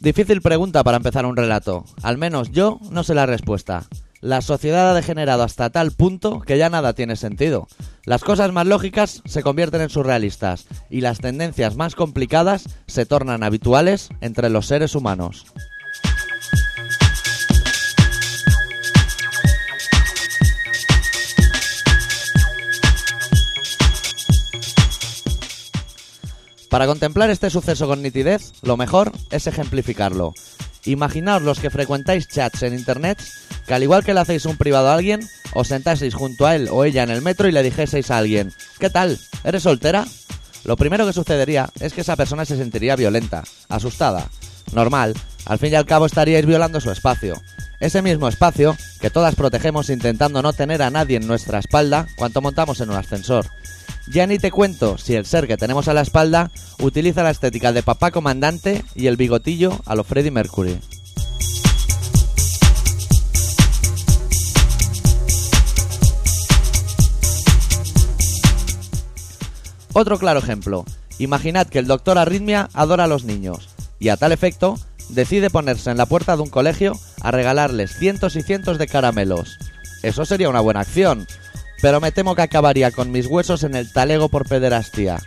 [SPEAKER 1] Difícil pregunta para empezar un relato. Al menos yo no sé la respuesta. La sociedad ha degenerado hasta tal punto que ya nada tiene sentido. Las cosas más lógicas se convierten en surrealistas y las tendencias más complicadas se tornan habituales entre los seres humanos. Para contemplar este suceso con nitidez, lo mejor es ejemplificarlo. Imaginaos los que frecuentáis chats en internet, que al igual que le hacéis un privado a alguien, os sentaseis junto a él o ella en el metro y le dijeseis a alguien, ¿qué tal? ¿Eres soltera? Lo primero que sucedería es que esa persona se sentiría violenta, asustada. Normal, al fin y al cabo estaríais violando su espacio. Ese mismo espacio que todas protegemos intentando no tener a nadie en nuestra espalda cuando montamos en un ascensor. Ya ni te cuento si el ser que tenemos a la espalda utiliza la estética de papá comandante y el bigotillo a lo Freddie Mercury. Otro claro ejemplo. Imaginad que el doctor Arritmia adora a los niños y a tal efecto decide ponerse en la puerta de un colegio a regalarles cientos y cientos de caramelos. Eso sería una buena acción, pero me temo que acabaría con mis huesos en el talego por pederastía.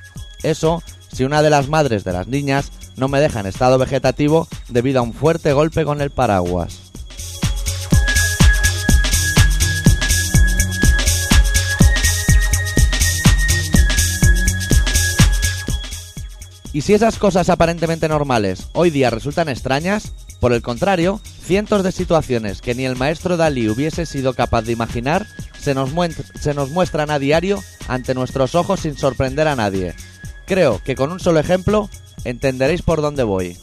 [SPEAKER 1] Eso si una de las madres de las niñas no me deja en estado vegetativo debido a un fuerte golpe con el paraguas. Y si esas cosas aparentemente normales hoy día resultan extrañas, por el contrario, cientos de situaciones que ni el maestro Dalí hubiese sido capaz de imaginar se nos, muen- se nos muestran a diario ante nuestros ojos sin sorprender a nadie. Creo que con un solo ejemplo entenderéis por dónde voy.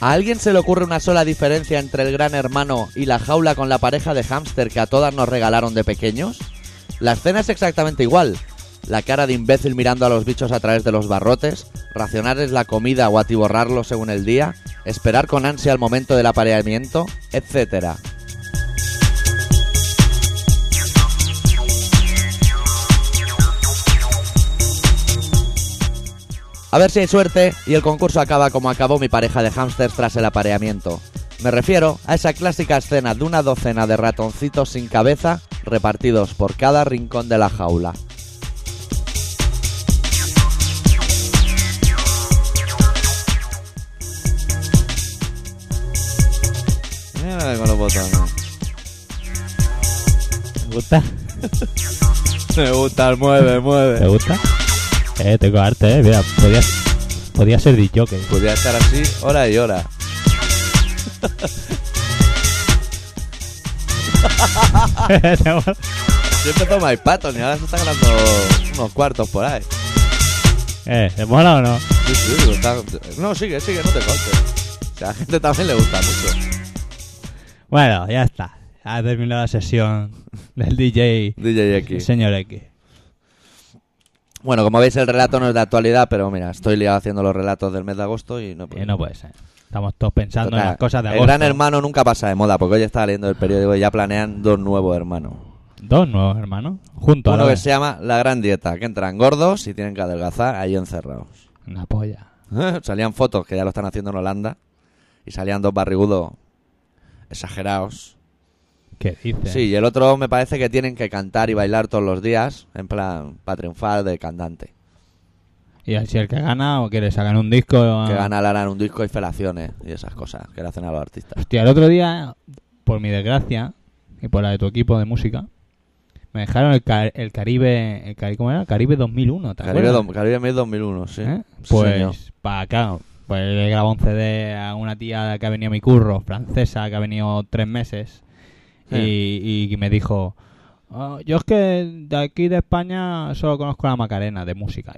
[SPEAKER 1] ¿A alguien se le ocurre una sola diferencia entre el gran hermano y la jaula con la pareja de hámster que a todas nos regalaron de pequeños? La escena es exactamente igual. La cara de imbécil mirando a los bichos a través de los barrotes, racionarles la comida o atiborrarlos según el día, esperar con ansia el momento del apareamiento, etcétera. A ver si hay suerte y el concurso acaba como acabó mi pareja de hámsters tras el apareamiento. Me refiero a esa clásica escena de una docena de ratoncitos sin cabeza repartidos por cada rincón de la jaula. Mira con los botones.
[SPEAKER 2] ¿Te gusta?
[SPEAKER 1] [laughs] Me gusta el mueve,
[SPEAKER 2] ¿Te
[SPEAKER 1] mueve.
[SPEAKER 2] gusta? Eh, tengo arte, eh. Mira, podía, podía ser [laughs] dicho que.
[SPEAKER 1] Podría estar así hora y hora. Siempre toma y patos y ahora se está ganando unos cuartos por ahí.
[SPEAKER 2] eh, ¿te mola o no?
[SPEAKER 1] Sí, sí, está- No, sigue, sigue, no te cortes. O sea, a la gente también le gusta mucho.
[SPEAKER 2] Bueno, ya está. Ha terminado la sesión del DJ
[SPEAKER 1] DJ X.
[SPEAKER 2] Señor X.
[SPEAKER 1] Bueno, como veis el relato no es de actualidad, pero mira, estoy liado haciendo los relatos del mes de agosto y no he
[SPEAKER 2] Eh,
[SPEAKER 1] podido.
[SPEAKER 2] no puede ser. Estamos todos pensando
[SPEAKER 1] Total,
[SPEAKER 2] en las cosas de
[SPEAKER 1] El
[SPEAKER 2] agosto.
[SPEAKER 1] gran hermano nunca pasa de moda, porque hoy estaba leyendo el periódico y ya planean dos nuevos hermanos.
[SPEAKER 2] Dos nuevos hermanos. Juntos. a la
[SPEAKER 1] Uno que
[SPEAKER 2] vez.
[SPEAKER 1] se llama La Gran Dieta, que entran gordos y tienen que adelgazar ahí encerrados. [laughs]
[SPEAKER 2] Una polla.
[SPEAKER 1] Salían fotos, que ya lo están haciendo en Holanda, y salían dos barrigudos exagerados.
[SPEAKER 2] ¿Qué dices?
[SPEAKER 1] Sí, y el otro me parece que tienen que cantar y bailar todos los días, en plan, para triunfar de cantante.
[SPEAKER 2] Y así el que gana o que le sacan un disco.
[SPEAKER 1] Que ganarán un disco y felaciones y esas cosas que le hacen a los artistas.
[SPEAKER 2] Hostia, el otro día, por mi desgracia y por la de tu equipo de música, me dejaron el, Ca- el Caribe. El Cari- ¿Cómo era? Caribe 2001, ¿te
[SPEAKER 1] Caribe,
[SPEAKER 2] acuerdas?
[SPEAKER 1] dos- Caribe Mil 2001, sí.
[SPEAKER 2] ¿Eh?
[SPEAKER 1] Sí, señor.
[SPEAKER 2] Pues para acá. Pues le grabó un CD a una tía que ha venido a mi curro, francesa, que ha venido tres meses. Y, y me dijo: "Ah, Yo es que de aquí de España solo conozco la Macarena de música.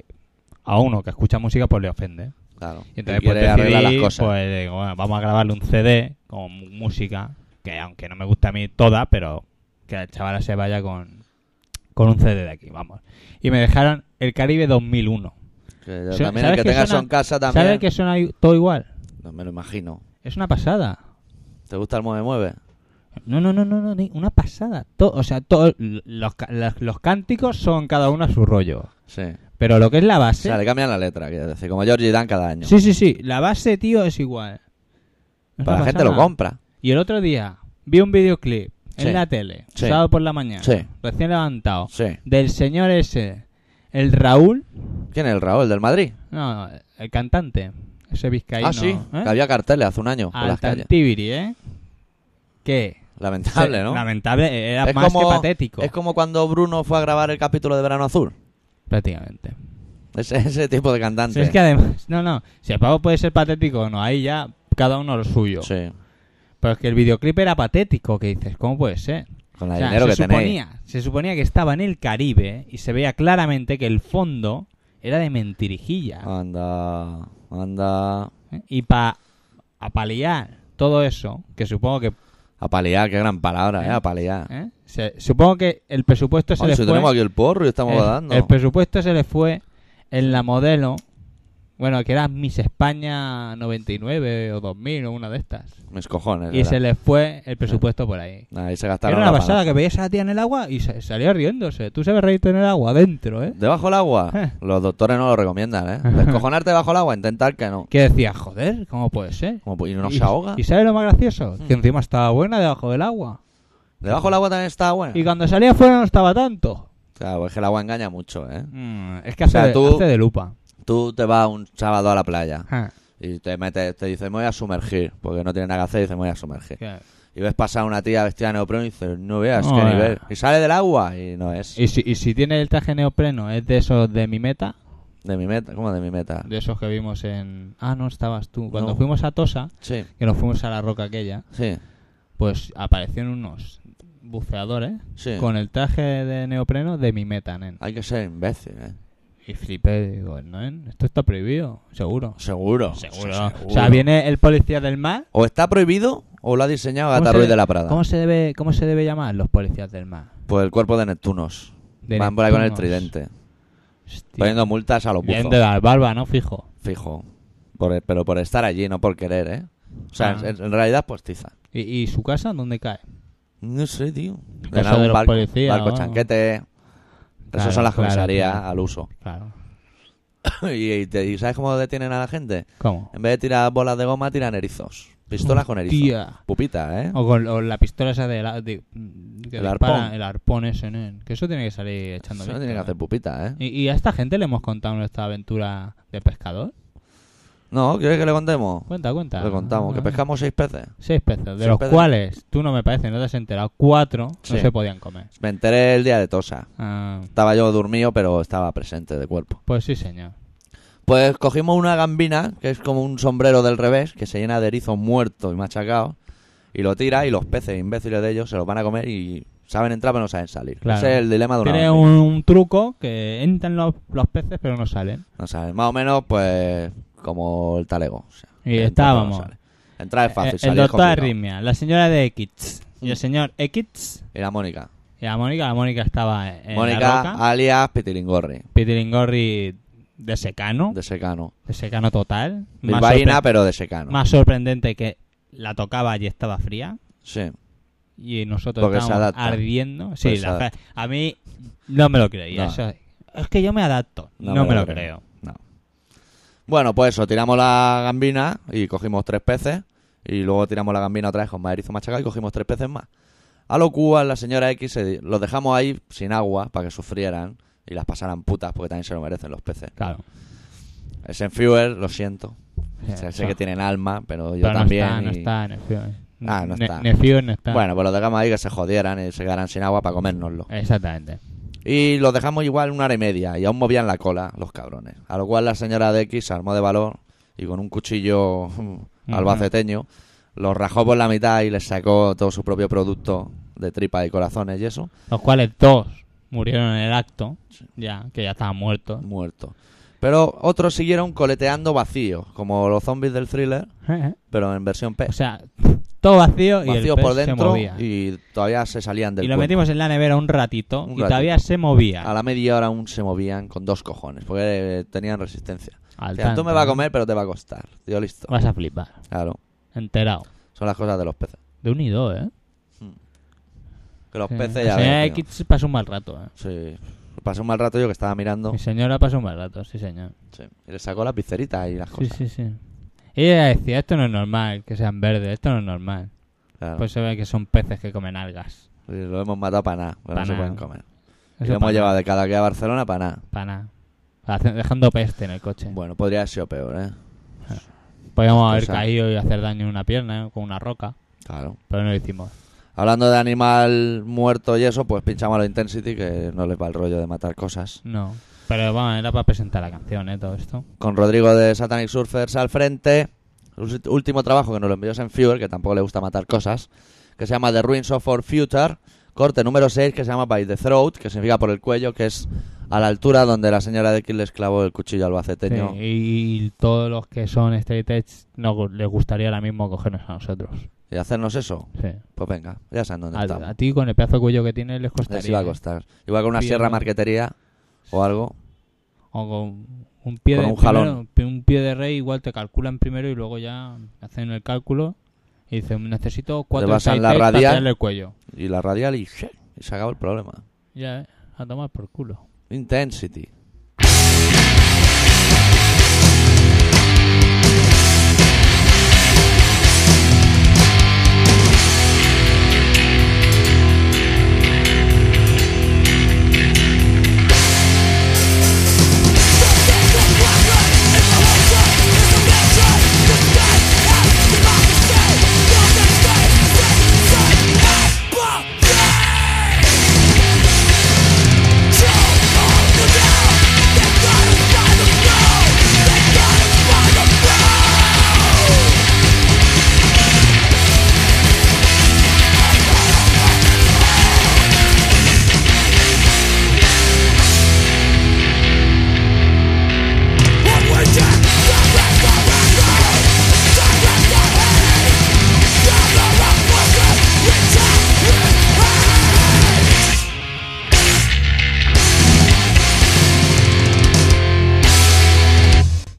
[SPEAKER 2] A uno que escucha música, pues le ofende.
[SPEAKER 1] Claro.
[SPEAKER 2] Y entonces,
[SPEAKER 1] Y
[SPEAKER 2] pues,
[SPEAKER 1] quiere arreglar
[SPEAKER 2] decidí,
[SPEAKER 1] las cosas.
[SPEAKER 2] pues, digo, bueno, vamos a grabarle un CD con mu- música, que aunque no me gusta a mí toda, pero que el chaval se vaya con, con un CD de aquí, vamos. Y me dejaron el Caribe 2001.
[SPEAKER 1] Que yo
[SPEAKER 2] Sa-
[SPEAKER 1] también el
[SPEAKER 2] ¿sabes
[SPEAKER 1] que
[SPEAKER 2] que
[SPEAKER 1] tenga eso
[SPEAKER 2] suena-
[SPEAKER 1] en casa también.
[SPEAKER 2] ¿Sabes que suena i- todo igual?
[SPEAKER 1] No me lo imagino.
[SPEAKER 2] Es una pasada.
[SPEAKER 1] ¿Te gusta el Mueve Mueve?
[SPEAKER 2] No, no, no, no, no ni- una pasada. To- o sea, todos los, ca- las- los cánticos son cada uno a su rollo.
[SPEAKER 1] Sí.
[SPEAKER 2] Pero lo que es la
[SPEAKER 1] O
[SPEAKER 2] base...
[SPEAKER 1] sea, le cambian la letra, quiero decir, como Georgie Dan cada año.
[SPEAKER 2] Sí, sí, sí. La base, tío, es igual. Es
[SPEAKER 1] Pero
[SPEAKER 2] una
[SPEAKER 1] la gente lo
[SPEAKER 2] pasada.
[SPEAKER 1] compra.
[SPEAKER 2] Y el otro día vi un videoclip
[SPEAKER 1] Sí.
[SPEAKER 2] en la tele,
[SPEAKER 1] Sí.
[SPEAKER 2] sábado por la mañana,
[SPEAKER 1] Sí.
[SPEAKER 2] recién levantado,
[SPEAKER 1] Sí.
[SPEAKER 2] del señor ese, el Raúl,
[SPEAKER 1] ¿Quién es el Raúl? ¿Del Madrid?
[SPEAKER 2] no, el cantante, ese vizcaíno.
[SPEAKER 1] ah, sí.
[SPEAKER 2] ¿eh?
[SPEAKER 1] Que había carteles hace un año por las calles.
[SPEAKER 2] Altantibiri, ¿eh? ¿Qué?
[SPEAKER 1] Lamentable,
[SPEAKER 2] Se-
[SPEAKER 1] ¿no?
[SPEAKER 2] Lamentable, era
[SPEAKER 1] Es
[SPEAKER 2] más
[SPEAKER 1] como-
[SPEAKER 2] que patético,
[SPEAKER 1] Es como cuando Bruno fue a grabar el capítulo de Verano Azul.
[SPEAKER 2] prácticamente.
[SPEAKER 1] Ese, ese tipo de
[SPEAKER 2] Si
[SPEAKER 1] cantante.
[SPEAKER 2] es que además, no, no, si el pavo puede ser patético o no, ahí ya cada uno lo suyo.
[SPEAKER 1] Sí.
[SPEAKER 2] Pero es que el videoclip era patético, que dices, ¿cómo puede ser?
[SPEAKER 1] Con el
[SPEAKER 2] O sea,
[SPEAKER 1] dinero
[SPEAKER 2] se
[SPEAKER 1] que tenéis.
[SPEAKER 2] suponía, Se suponía que estaba en el Caribe y se veía claramente que el fondo era de mentirijilla.
[SPEAKER 1] Ah. Anda. Anda.
[SPEAKER 2] ¿eh? Y para paliar todo eso, que supongo que...
[SPEAKER 1] A paliar, qué gran palabra, ¿eh? A paliar.
[SPEAKER 2] ¿eh? Se- supongo que el presupuesto se
[SPEAKER 1] Oye,
[SPEAKER 2] le
[SPEAKER 1] si
[SPEAKER 2] fue...
[SPEAKER 1] tenemos aquí el porro y estamos
[SPEAKER 2] el,
[SPEAKER 1] dando.
[SPEAKER 2] el presupuesto se le fue en la modelo, bueno, que era Miss España 99 o 2000 o una de estas.
[SPEAKER 1] Mis cojones.
[SPEAKER 2] Y
[SPEAKER 1] era.
[SPEAKER 2] se le fue el presupuesto por ahí.
[SPEAKER 1] Ahí se gastaron
[SPEAKER 2] Era una
[SPEAKER 1] la
[SPEAKER 2] pasada
[SPEAKER 1] panoja.
[SPEAKER 2] que veías a la tía en el agua y se, salía riéndose. Tú sabes reírte en el agua, adentro, ¿eh?
[SPEAKER 1] ¿Debajo del agua?
[SPEAKER 2] Eh.
[SPEAKER 1] Los doctores no lo recomiendan,
[SPEAKER 2] [laughs]
[SPEAKER 1] ¿eh? Descojonarte bajo el agua, intentar que no.
[SPEAKER 2] que decía, joder, ¿cómo puede ser?
[SPEAKER 1] Como, pues, y no
[SPEAKER 2] Y-
[SPEAKER 1] se ahoga.
[SPEAKER 2] ¿Y sabes lo más gracioso?
[SPEAKER 1] Hmm.
[SPEAKER 2] Que encima estaba buena debajo del agua.
[SPEAKER 1] Debajo del agua también está bueno.
[SPEAKER 2] Y cuando salía afuera no estaba tanto.
[SPEAKER 1] Claro, es que el agua engaña mucho, ¿eh?
[SPEAKER 2] es que hace,
[SPEAKER 1] sea,
[SPEAKER 2] de,
[SPEAKER 1] tú-
[SPEAKER 2] hace de lupa.
[SPEAKER 1] Tú te vas un sábado a la playa
[SPEAKER 2] Ah,
[SPEAKER 1] y te metes, te dice, me voy a sumergir, porque no tiene nada que hacer y dice, me voy a sumergir.
[SPEAKER 2] que-
[SPEAKER 1] Y ves pasar una tía vestida de neopreno y dices, no veas
[SPEAKER 2] No,
[SPEAKER 1] qué
[SPEAKER 2] eh.
[SPEAKER 1] nivel. Y sale del agua y no es.
[SPEAKER 2] Y si, y si tiene el traje neopreno, es de esos de mi meta,
[SPEAKER 1] De mi meta, ¿cómo de mi meta?
[SPEAKER 2] de esos que vimos en... Ah, no, estabas tú. Cuando
[SPEAKER 1] No.
[SPEAKER 2] fuimos a Tosa,
[SPEAKER 1] Sí,
[SPEAKER 2] que nos fuimos a la roca aquella,
[SPEAKER 1] sí,
[SPEAKER 2] pues aparecieron unos buceadores
[SPEAKER 1] sí.
[SPEAKER 2] con el traje de neopreno de mi meta, nen.
[SPEAKER 1] Hay que ser imbécil, ¿eh?
[SPEAKER 2] Y flipé, digo, nen, esto está prohibido, seguro.
[SPEAKER 1] Seguro.
[SPEAKER 2] Seguro.
[SPEAKER 1] Sí,
[SPEAKER 2] O sea, viene el policía del mar.
[SPEAKER 1] O está prohibido o lo ha diseñado
[SPEAKER 2] ¿Cómo
[SPEAKER 1] Gata
[SPEAKER 2] se
[SPEAKER 1] Ruiz
[SPEAKER 2] de-
[SPEAKER 1] de la Prada.
[SPEAKER 2] ¿Cómo se debe, cómo se debe llamar los policías del mar?
[SPEAKER 1] Pues el cuerpo de Neptunos.
[SPEAKER 2] De
[SPEAKER 1] Van por ahí con el
[SPEAKER 2] Neptunos.
[SPEAKER 1] tridente.
[SPEAKER 2] Hostia.
[SPEAKER 1] Poniendo multas a los
[SPEAKER 2] Bien
[SPEAKER 1] buzos.
[SPEAKER 2] de la barba, ¿no? Fijo.
[SPEAKER 1] Fijo. Por- pero por estar allí, no por querer, ¿eh? O sea,
[SPEAKER 2] Ah.
[SPEAKER 1] en, en realidad pues postiza.
[SPEAKER 2] ¿Y, y su casa dónde cae?
[SPEAKER 1] No sé, tío.
[SPEAKER 2] Cosa de los
[SPEAKER 1] barco,
[SPEAKER 2] policías,
[SPEAKER 1] barco
[SPEAKER 2] ¿no?
[SPEAKER 1] chanquete.
[SPEAKER 2] Claro,
[SPEAKER 1] Esas son las
[SPEAKER 2] claro,
[SPEAKER 1] comisarías
[SPEAKER 2] claro.
[SPEAKER 1] al uso. [laughs]
[SPEAKER 2] Claro.
[SPEAKER 1] y, y te- y ¿sabes cómo detienen a la gente?
[SPEAKER 2] ¿Cómo?
[SPEAKER 1] En vez de tirar bolas de goma, tiran erizos. Pistolas con erizos.
[SPEAKER 2] Tía.
[SPEAKER 1] Pupita, ¿eh?
[SPEAKER 2] O con o la pistola esa de... la- de- que
[SPEAKER 1] El
[SPEAKER 2] dispara,
[SPEAKER 1] arpón.
[SPEAKER 2] El arpón ese, nen. Que eso tiene que salir echando...
[SPEAKER 1] Eso no
[SPEAKER 2] mierda,
[SPEAKER 1] tiene que hacer
[SPEAKER 2] ¿no?
[SPEAKER 1] pupita, ¿eh?
[SPEAKER 2] ¿Y, y a esta gente le hemos contado nuestra aventura de pescador?
[SPEAKER 1] No, ¿quieres que le contemos?
[SPEAKER 2] Cuenta, cuenta.
[SPEAKER 1] Le contamos, que
[SPEAKER 2] Ah.
[SPEAKER 1] pescamos seis peces.
[SPEAKER 2] Seis peces, de
[SPEAKER 1] Seis
[SPEAKER 2] los
[SPEAKER 1] peces.
[SPEAKER 2] cuales, tú no me parece, no te has enterado, cuatro
[SPEAKER 1] Sí.
[SPEAKER 2] no se podían comer.
[SPEAKER 1] Me enteré el día de Tosa.
[SPEAKER 2] Ah,
[SPEAKER 1] Estaba yo dormido, pero estaba presente de cuerpo.
[SPEAKER 2] pues sí, señor.
[SPEAKER 1] Pues cogimos una gambina, que es como un sombrero del revés, que se llena de erizos muertos y machacados, y lo tira y los peces imbéciles de ellos se los van a comer y saben entrar pero no saben salir.
[SPEAKER 2] Claro.
[SPEAKER 1] Ese es el dilema de una
[SPEAKER 2] Tiene
[SPEAKER 1] gambina.
[SPEAKER 2] un, un truco que entran los, los peces pero no salen.
[SPEAKER 1] No saben, más o menos pues como el talego. o sea,
[SPEAKER 2] Y
[SPEAKER 1] que entra,
[SPEAKER 2] estábamos.
[SPEAKER 1] pero no sale. Entrar es fácil,
[SPEAKER 2] el
[SPEAKER 1] salir Mm. es
[SPEAKER 2] doctor
[SPEAKER 1] complicado.
[SPEAKER 2] Arritmia, la señora de X y el señor X
[SPEAKER 1] Y la Mónica.
[SPEAKER 2] Y la Mónica, la Mónica estaba en la roca.
[SPEAKER 1] Mónica, alias Pitilingorri,
[SPEAKER 2] Pitilingorri de secano,
[SPEAKER 1] de secano.
[SPEAKER 2] de secano total. Más,
[SPEAKER 1] Bilbaína,
[SPEAKER 2] sorpre-
[SPEAKER 1] ah, pero de secano.
[SPEAKER 2] más sorprendente que la tocaba y estaba fría.
[SPEAKER 1] Sí.
[SPEAKER 2] Y nosotros
[SPEAKER 1] Porque se
[SPEAKER 2] estábamos
[SPEAKER 1] adapta.
[SPEAKER 2] ardiendo. Sí,
[SPEAKER 1] Porque se
[SPEAKER 2] la fra-
[SPEAKER 1] adapta.
[SPEAKER 2] a mí no me lo creía.
[SPEAKER 1] No.
[SPEAKER 2] eso- es que yo me adapto. No, me, lo creo.
[SPEAKER 1] No. Bueno, pues eso, tiramos la gambina y cogimos tres peces. Y luego tiramos la gambina otra vez con maderizo machacado y cogimos tres peces más. A lo cual la señora X se di- los dejamos ahí sin agua para que sufrieran y las pasaran putas porque también se lo merecen los peces.
[SPEAKER 2] Claro.
[SPEAKER 1] El Senfuer, lo siento.
[SPEAKER 2] Sí,
[SPEAKER 1] O sea, sé
[SPEAKER 2] eso.
[SPEAKER 1] que tienen alma, pero yo
[SPEAKER 2] Pero no
[SPEAKER 1] también.
[SPEAKER 2] está, no
[SPEAKER 1] y-
[SPEAKER 2] está Nefio.
[SPEAKER 1] Ah, no está.
[SPEAKER 2] Nefio no está.
[SPEAKER 1] Bueno, pues los dejamos ahí que se jodieran y se quedaran sin agua para comérnoslo.
[SPEAKER 2] Exactamente.
[SPEAKER 1] Y los dejamos igual una hora y media y aún movían la cola los cabrones. A lo cual la señora de X se armó de valor y con un cuchillo mm, albaceteño los rajó por la mitad y les sacó todo su propio producto de tripa y corazones y eso,
[SPEAKER 2] Los cuales dos murieron en el acto, ya que ya estaban muertos.
[SPEAKER 1] muerto. Pero otros siguieron coleteando vacíos, como los zombies del thriller, pero en versión P.
[SPEAKER 2] [laughs] o sea, todo vacío Pues y el
[SPEAKER 1] Vacíos
[SPEAKER 2] pez
[SPEAKER 1] por
[SPEAKER 2] se
[SPEAKER 1] dentro
[SPEAKER 2] movía. Y,
[SPEAKER 1] y todavía se salían del
[SPEAKER 2] lo
[SPEAKER 1] cuerpo.
[SPEAKER 2] metimos en la nevera un ratito
[SPEAKER 1] Un
[SPEAKER 2] y
[SPEAKER 1] ratito.
[SPEAKER 2] todavía se movía.
[SPEAKER 1] A la media hora aún se movían con dos cojones, porque eh, tenían resistencia.
[SPEAKER 2] Al
[SPEAKER 1] O sea, tú
[SPEAKER 2] tanto,
[SPEAKER 1] me vas a
[SPEAKER 2] ¿no?
[SPEAKER 1] comer, pero te va a costar. Tío, listo.
[SPEAKER 2] Vas a flipar.
[SPEAKER 1] Claro.
[SPEAKER 2] Enterado.
[SPEAKER 1] Son las cosas de los peces.
[SPEAKER 2] De un y dos, ¿eh?
[SPEAKER 1] Que los
[SPEAKER 2] Sí.
[SPEAKER 1] peces
[SPEAKER 2] La
[SPEAKER 1] ya
[SPEAKER 2] señora
[SPEAKER 1] ven, tío.
[SPEAKER 2] X pasó un mal rato, ¿eh?
[SPEAKER 1] Sí. Pasé un mal rato yo que estaba mirando.
[SPEAKER 2] Mi señora pasó un mal rato, sí, señor.
[SPEAKER 1] Sí. Y le sacó las pizzeritas y las
[SPEAKER 2] Sí,
[SPEAKER 1] cosas.
[SPEAKER 2] sí, sí. Ella decía, esto no es normal, que sean verdes, esto no es normal.
[SPEAKER 1] Claro.
[SPEAKER 2] Pues se ve que son peces que comen algas.
[SPEAKER 1] Y lo hemos matado para nada. porque
[SPEAKER 2] Pa'
[SPEAKER 1] No se
[SPEAKER 2] nada.
[SPEAKER 1] pueden comer. Y
[SPEAKER 2] Eso
[SPEAKER 1] lo hemos
[SPEAKER 2] pa'
[SPEAKER 1] llevado de cada que a Barcelona para nada.
[SPEAKER 2] Para nada. Hace- Dejando peste en el coche.
[SPEAKER 1] Bueno, podría haber sido peor, ¿eh?
[SPEAKER 2] Podríamos haber
[SPEAKER 1] cosa.
[SPEAKER 2] caído y hacer daño en una pierna ¿eh? con una roca,
[SPEAKER 1] Claro.
[SPEAKER 2] pero no lo hicimos.
[SPEAKER 1] Hablando de animal muerto y eso, pues pinchamos a los Intensity, que no les va el rollo de matar cosas.
[SPEAKER 2] No. Pero bueno, era para presentar la canción, ¿eh? Todo esto.
[SPEAKER 1] Con Rodrigo de Satanic Surfers al frente. Su último trabajo que nos lo envió es en Fewer, que tampoco le gusta matar cosas. que se llama The Ruins of Our Future, corte número 6 que se llama By the Throat, que significa por el cuello, que es a la altura donde la señora de Kill les clavó el cuchillo albaceteño.
[SPEAKER 2] Sí, y, y todos los que son straight edge no gu- les gustaría ahora mismo cogernos a nosotros.
[SPEAKER 1] Y hacernos eso,
[SPEAKER 2] Sí.
[SPEAKER 1] pues venga, ya saben dónde estamos.
[SPEAKER 2] A, a ti con el pedazo de cuello que tienes les costaría.
[SPEAKER 1] Les iba a costar. Igual con una
[SPEAKER 2] Bien,
[SPEAKER 1] sierra
[SPEAKER 2] ¿no?
[SPEAKER 1] marquetería o algo.
[SPEAKER 2] ¿eh? O con un pie
[SPEAKER 1] Con
[SPEAKER 2] de
[SPEAKER 1] un jalón.
[SPEAKER 2] primero, un pie de rey igual te calculan primero y luego ya hacen el cálculo y dicen necesito cuatro
[SPEAKER 1] basan
[SPEAKER 2] straight
[SPEAKER 1] la
[SPEAKER 2] edge para
[SPEAKER 1] radial.
[SPEAKER 2] tirarle el cuello.
[SPEAKER 1] Y la radial y, y se acabó el problema.
[SPEAKER 2] Ya, ¿eh? a tomar por culo.
[SPEAKER 1] Intensity.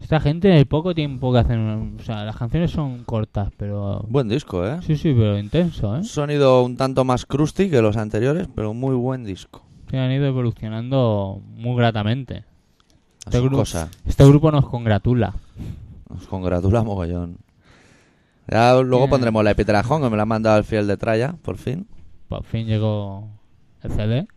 [SPEAKER 2] Esta gente en el poco tiempo que hacen... O sea, las canciones son cortas, pero...
[SPEAKER 1] Buen disco, ¿eh?
[SPEAKER 2] Sí, sí, pero intenso, ¿eh?
[SPEAKER 1] Un sonido un tanto más crusty que los anteriores, pero muy buen disco.
[SPEAKER 2] Se han ido evolucionando muy gratamente.
[SPEAKER 1] A su
[SPEAKER 2] Seguro.
[SPEAKER 1] cosa.
[SPEAKER 2] Este grupo nos congratula.
[SPEAKER 1] Nos congratula mogollón. Ya luego
[SPEAKER 2] Bien.
[SPEAKER 1] pondremos la epitelajón, que me la ha mandado el fiel de Traya, por fin.
[SPEAKER 2] Por fin llegó el CD.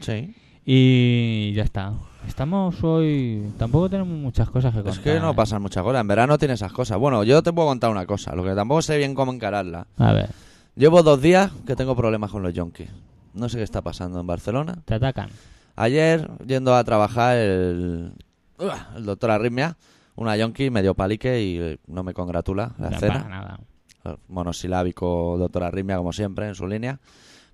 [SPEAKER 1] Sí.
[SPEAKER 2] Y ya está. Estamos hoy... Tampoco tenemos muchas cosas que contar.
[SPEAKER 1] Es que no
[SPEAKER 2] ¿eh?
[SPEAKER 1] pasan muchas cosas. En verano tiene esas cosas. Bueno, yo te puedo contar una cosa, lo que tampoco sé bien cómo encararla.
[SPEAKER 2] A ver,
[SPEAKER 1] Llevo dos días que tengo problemas con los yonkis. No sé qué está pasando en Barcelona.
[SPEAKER 2] te atacan.
[SPEAKER 1] Ayer, yendo a trabajar, el, ¡Uah! el doctor Arritmia, una yonki me dio palique y eh, no me congratula la
[SPEAKER 2] No,
[SPEAKER 1] cena.
[SPEAKER 2] para nada.
[SPEAKER 1] monosilábico doctor Arritmia, como siempre, en su línea.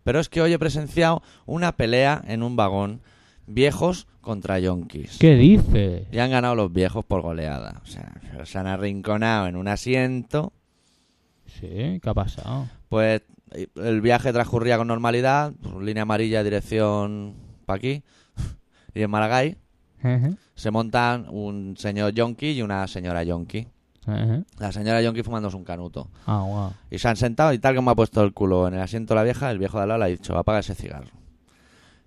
[SPEAKER 1] Pero es que hoy he presenciado una pelea en un vagón, viejos contra yonkis.
[SPEAKER 2] ¿Qué dices?
[SPEAKER 1] Y han ganado los viejos por goleada. O sea, se han arrinconado en un asiento.
[SPEAKER 2] Sí, ¿qué ha pasado?
[SPEAKER 1] Pues El viaje transcurría con normalidad, pues, línea amarilla, dirección para aquí, [laughs] y en Maragall
[SPEAKER 2] Ajá,
[SPEAKER 1] se montan un señor yonki y una señora yonki.
[SPEAKER 2] ajá.
[SPEAKER 1] La señora yonki fumándose un canuto.
[SPEAKER 2] Ah, guau.
[SPEAKER 1] Y se han sentado y tal como ha puesto el culo en el asiento la vieja, el viejo de al lado le ha dicho, apaga ese cigarro.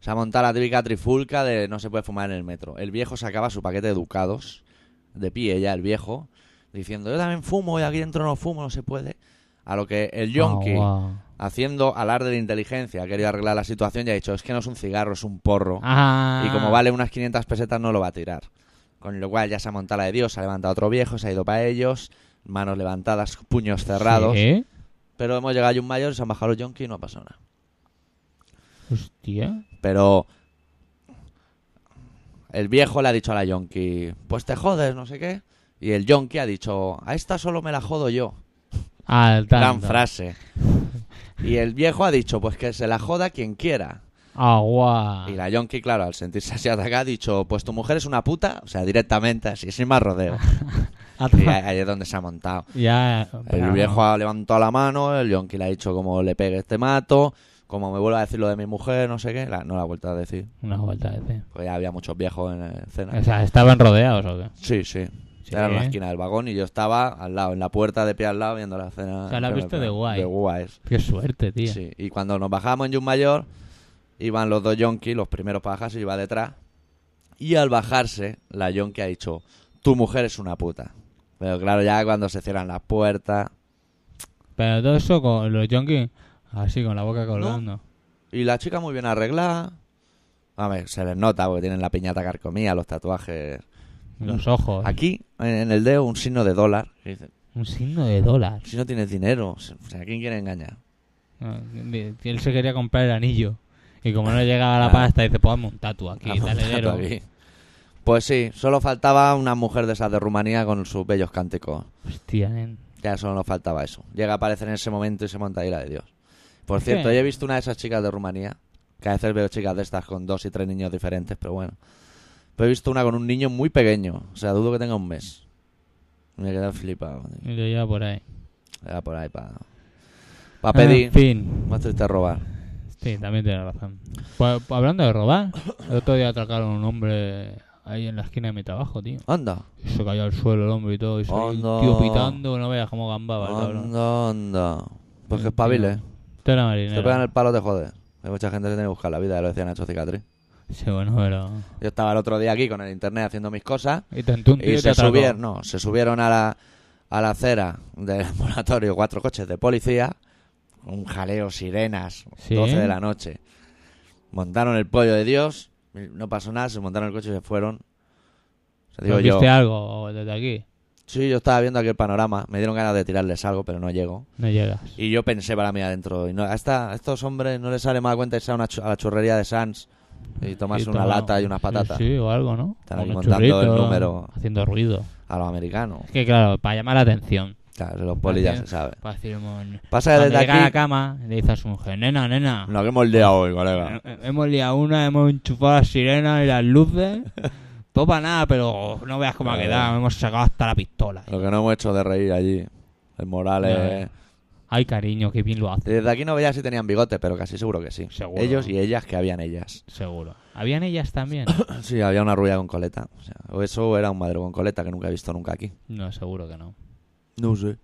[SPEAKER 1] Se ha montado la típica trifulca de no se puede fumar en el metro. El viejo sacaba su paquete de ducados, de pie ya el viejo, diciendo, yo también fumo y aquí dentro no fumo, no se puede. A lo que el yonki,
[SPEAKER 2] Ah, guau.
[SPEAKER 1] haciendo alarde de inteligencia, ha querido arreglar la situación y ha dicho, es que no es un cigarro, es un porro.
[SPEAKER 2] Ah.
[SPEAKER 1] Y como vale unas 500 pesetas no lo va a tirar. Con lo cual ya se ha montado la de Dios, se ha levantado otro viejo, se ha ido para ellos, manos levantadas, puños cerrados.
[SPEAKER 2] ¿Sí?
[SPEAKER 1] Pero hemos llegado a un mayor, se han bajado los yonkis y no ha pasado nada.
[SPEAKER 2] Hostia.
[SPEAKER 1] Pero el viejo le ha dicho a la yonki, pues te jodes, no sé qué. Y el yonki ha dicho, a esta solo me la jodo yo.
[SPEAKER 2] Ah, el
[SPEAKER 1] Gran
[SPEAKER 2] tanto.
[SPEAKER 1] frase. Y el viejo ha dicho, pues que se la joda quien quiera.
[SPEAKER 2] Ah, guau.
[SPEAKER 1] Y la yonki, claro, al sentirse así atacada, ha dicho, pues tu mujer es una puta. O sea, directamente, así, sin más
[SPEAKER 2] [laughs]
[SPEAKER 1] rodeo. Y ahí ahí es donde se ha montado.
[SPEAKER 2] Ya.
[SPEAKER 1] El
[SPEAKER 2] pero-
[SPEAKER 1] viejo ha levantado la mano, el yonki le ha dicho como le pegue este mato, como me vuelva a decir lo de mi mujer, no sé qué, la- no la ha vuelto a decir,
[SPEAKER 2] Una vuelta de té.
[SPEAKER 1] porque ya había muchos viejos en la escena.
[SPEAKER 2] O sea, estaban rodeados o qué.
[SPEAKER 1] Sí, sí.
[SPEAKER 2] Eh, Sí.
[SPEAKER 1] Era en la esquina del vagón y yo estaba al lado, en la puerta de pie al lado, viendo la escena.
[SPEAKER 2] O sea, la has visto de guay.
[SPEAKER 1] De guays.
[SPEAKER 2] Qué suerte, tío.
[SPEAKER 1] Sí. Y cuando nos bajamos en Jun Mayor, iban los dos yonkis, los primeros para bajarse, yo iba detrás. Y al bajarse, la yonki ha dicho, tu mujer es una puta. Pero claro, ya cuando se cierran las puertas...
[SPEAKER 2] Pero todo eso con los yonkis, así con la boca colgando.
[SPEAKER 1] Y la chica muy bien arreglada. A ver, se les nota porque tienen la piñata carcomía, los tatuajes.
[SPEAKER 2] Los ojos.
[SPEAKER 1] Mm. Aquí, en el dedo, un signo de dólar. Y dice,
[SPEAKER 2] Un signo de dólar.
[SPEAKER 1] Si no tienes dinero, o sea, pues, ¿a quién quiere engañar?
[SPEAKER 2] Ah, di- Él se quería comprar el anillo. Y como no le llegaba la
[SPEAKER 1] Ah.
[SPEAKER 2] pasta, dice: Ponme un tatu aquí,
[SPEAKER 1] Ah, [laughs]
[SPEAKER 2] dale
[SPEAKER 1] ponte
[SPEAKER 2] dero".
[SPEAKER 1] tú aquí. Pues sí, solo faltaba una mujer de esas de Rumanía con sus bellos cánticos.
[SPEAKER 2] Hostia, nen.
[SPEAKER 1] Ya solo nos faltaba eso. Llega a aparecer en ese momento y se monta ahí la de Dios. Por
[SPEAKER 2] Es
[SPEAKER 1] cierto,
[SPEAKER 2] que-
[SPEAKER 1] yo he visto una de esas chicas de Rumanía. Que a veces veo chicas de estas con dos y tres niños diferentes, pero bueno. Pero he visto una con un niño muy pequeño. O sea, dudo que tenga un mes. Me he quedado flipado.
[SPEAKER 2] Y lo lleva por ahí.
[SPEAKER 1] Era por ahí para... pedir.
[SPEAKER 2] En fin.
[SPEAKER 1] Más triste robar.
[SPEAKER 2] Sí, también tiene razón. Pues, pues, hablando de robar, el otro día atracaron a un hombre ahí en la esquina de mi trabajo, tío.
[SPEAKER 1] Anda.
[SPEAKER 2] Y se cayó al suelo el hombre y todo. Y salió el
[SPEAKER 1] Anda.
[SPEAKER 2] tío pitando, no veas cómo gambaba el Ah, cabrón.
[SPEAKER 1] Anda, anda. Pues que
[SPEAKER 2] Mentira.
[SPEAKER 1] espabiles.
[SPEAKER 2] Esto era
[SPEAKER 1] Te pegan
[SPEAKER 2] marinero.
[SPEAKER 1] el palo, te jodes. Hay mucha gente que tiene que buscar la vida, lo decía Nacho Cicatriz.
[SPEAKER 2] Sí, bueno, pero...
[SPEAKER 1] Yo estaba el otro día aquí con el internet haciendo mis cosas
[SPEAKER 2] Y te un tío
[SPEAKER 1] y
[SPEAKER 2] te
[SPEAKER 1] se
[SPEAKER 2] atracó.
[SPEAKER 1] subieron, no, se subieron a la, a la acera del [laughs] ambulatorio cuatro coches de policía, un jaleo, sirenas,
[SPEAKER 2] Sí.
[SPEAKER 1] 12 de la noche. Montaron el pollo de Dios, no pasó nada, se montaron el coche y se fueron. O sea,
[SPEAKER 2] ¿Pero
[SPEAKER 1] digo yo,
[SPEAKER 2] ¿Viste algo desde aquí?
[SPEAKER 1] sí, yo estaba viendo aquí el panorama, me dieron ganas de tirarles algo, pero no llego.
[SPEAKER 2] No llegas.
[SPEAKER 1] Y yo pensé para mí adentro, y no, a, esta- a estos hombres no les sale más cuenta irse a, una chu- a la churrería de Sans y tomarse
[SPEAKER 2] Sí,
[SPEAKER 1] una
[SPEAKER 2] toma-
[SPEAKER 1] lata y unas
[SPEAKER 2] sí,
[SPEAKER 1] patatas
[SPEAKER 2] Sí, o algo, ¿no?
[SPEAKER 1] Están
[SPEAKER 2] O
[SPEAKER 1] ahí
[SPEAKER 2] unos
[SPEAKER 1] montando el
[SPEAKER 2] churritos,
[SPEAKER 1] número.
[SPEAKER 2] Haciendo ruido.
[SPEAKER 1] a los americanos.
[SPEAKER 2] Es que claro, para llamar la atención.
[SPEAKER 1] Claro, los polis ya se sabe.
[SPEAKER 2] Para decir, mon-
[SPEAKER 1] Pasa que
[SPEAKER 2] cuando
[SPEAKER 1] desde
[SPEAKER 2] llega a la
[SPEAKER 1] aquí...
[SPEAKER 2] cama, le dices a su mujer, nena, nena.
[SPEAKER 1] Lo que hemos liado hoy, colega.
[SPEAKER 2] Eh, Hemos liado una, hemos enchufado las sirenas y
[SPEAKER 1] [laughs]
[SPEAKER 2] las luces. Todo para nada, pero no veas cómo ha
[SPEAKER 1] Vale.
[SPEAKER 2] quedado. Hemos sacado hasta la pistola.
[SPEAKER 1] Lo que no hemos hecho de reír allí. El Morales.
[SPEAKER 2] Ay, cariño, qué bien lo hace.
[SPEAKER 1] Desde aquí no veía si tenían bigote, pero casi seguro que sí.
[SPEAKER 2] Seguro.
[SPEAKER 1] Ellos y ellas, que habían ellas.
[SPEAKER 2] Seguro. ¿Habían
[SPEAKER 1] [coughs]
[SPEAKER 2] ellas también?
[SPEAKER 1] Sí, había una rubia con coleta. O, sea, o eso era un madre con coleta que nunca he visto nunca aquí.
[SPEAKER 2] no, seguro que no.
[SPEAKER 1] No sé.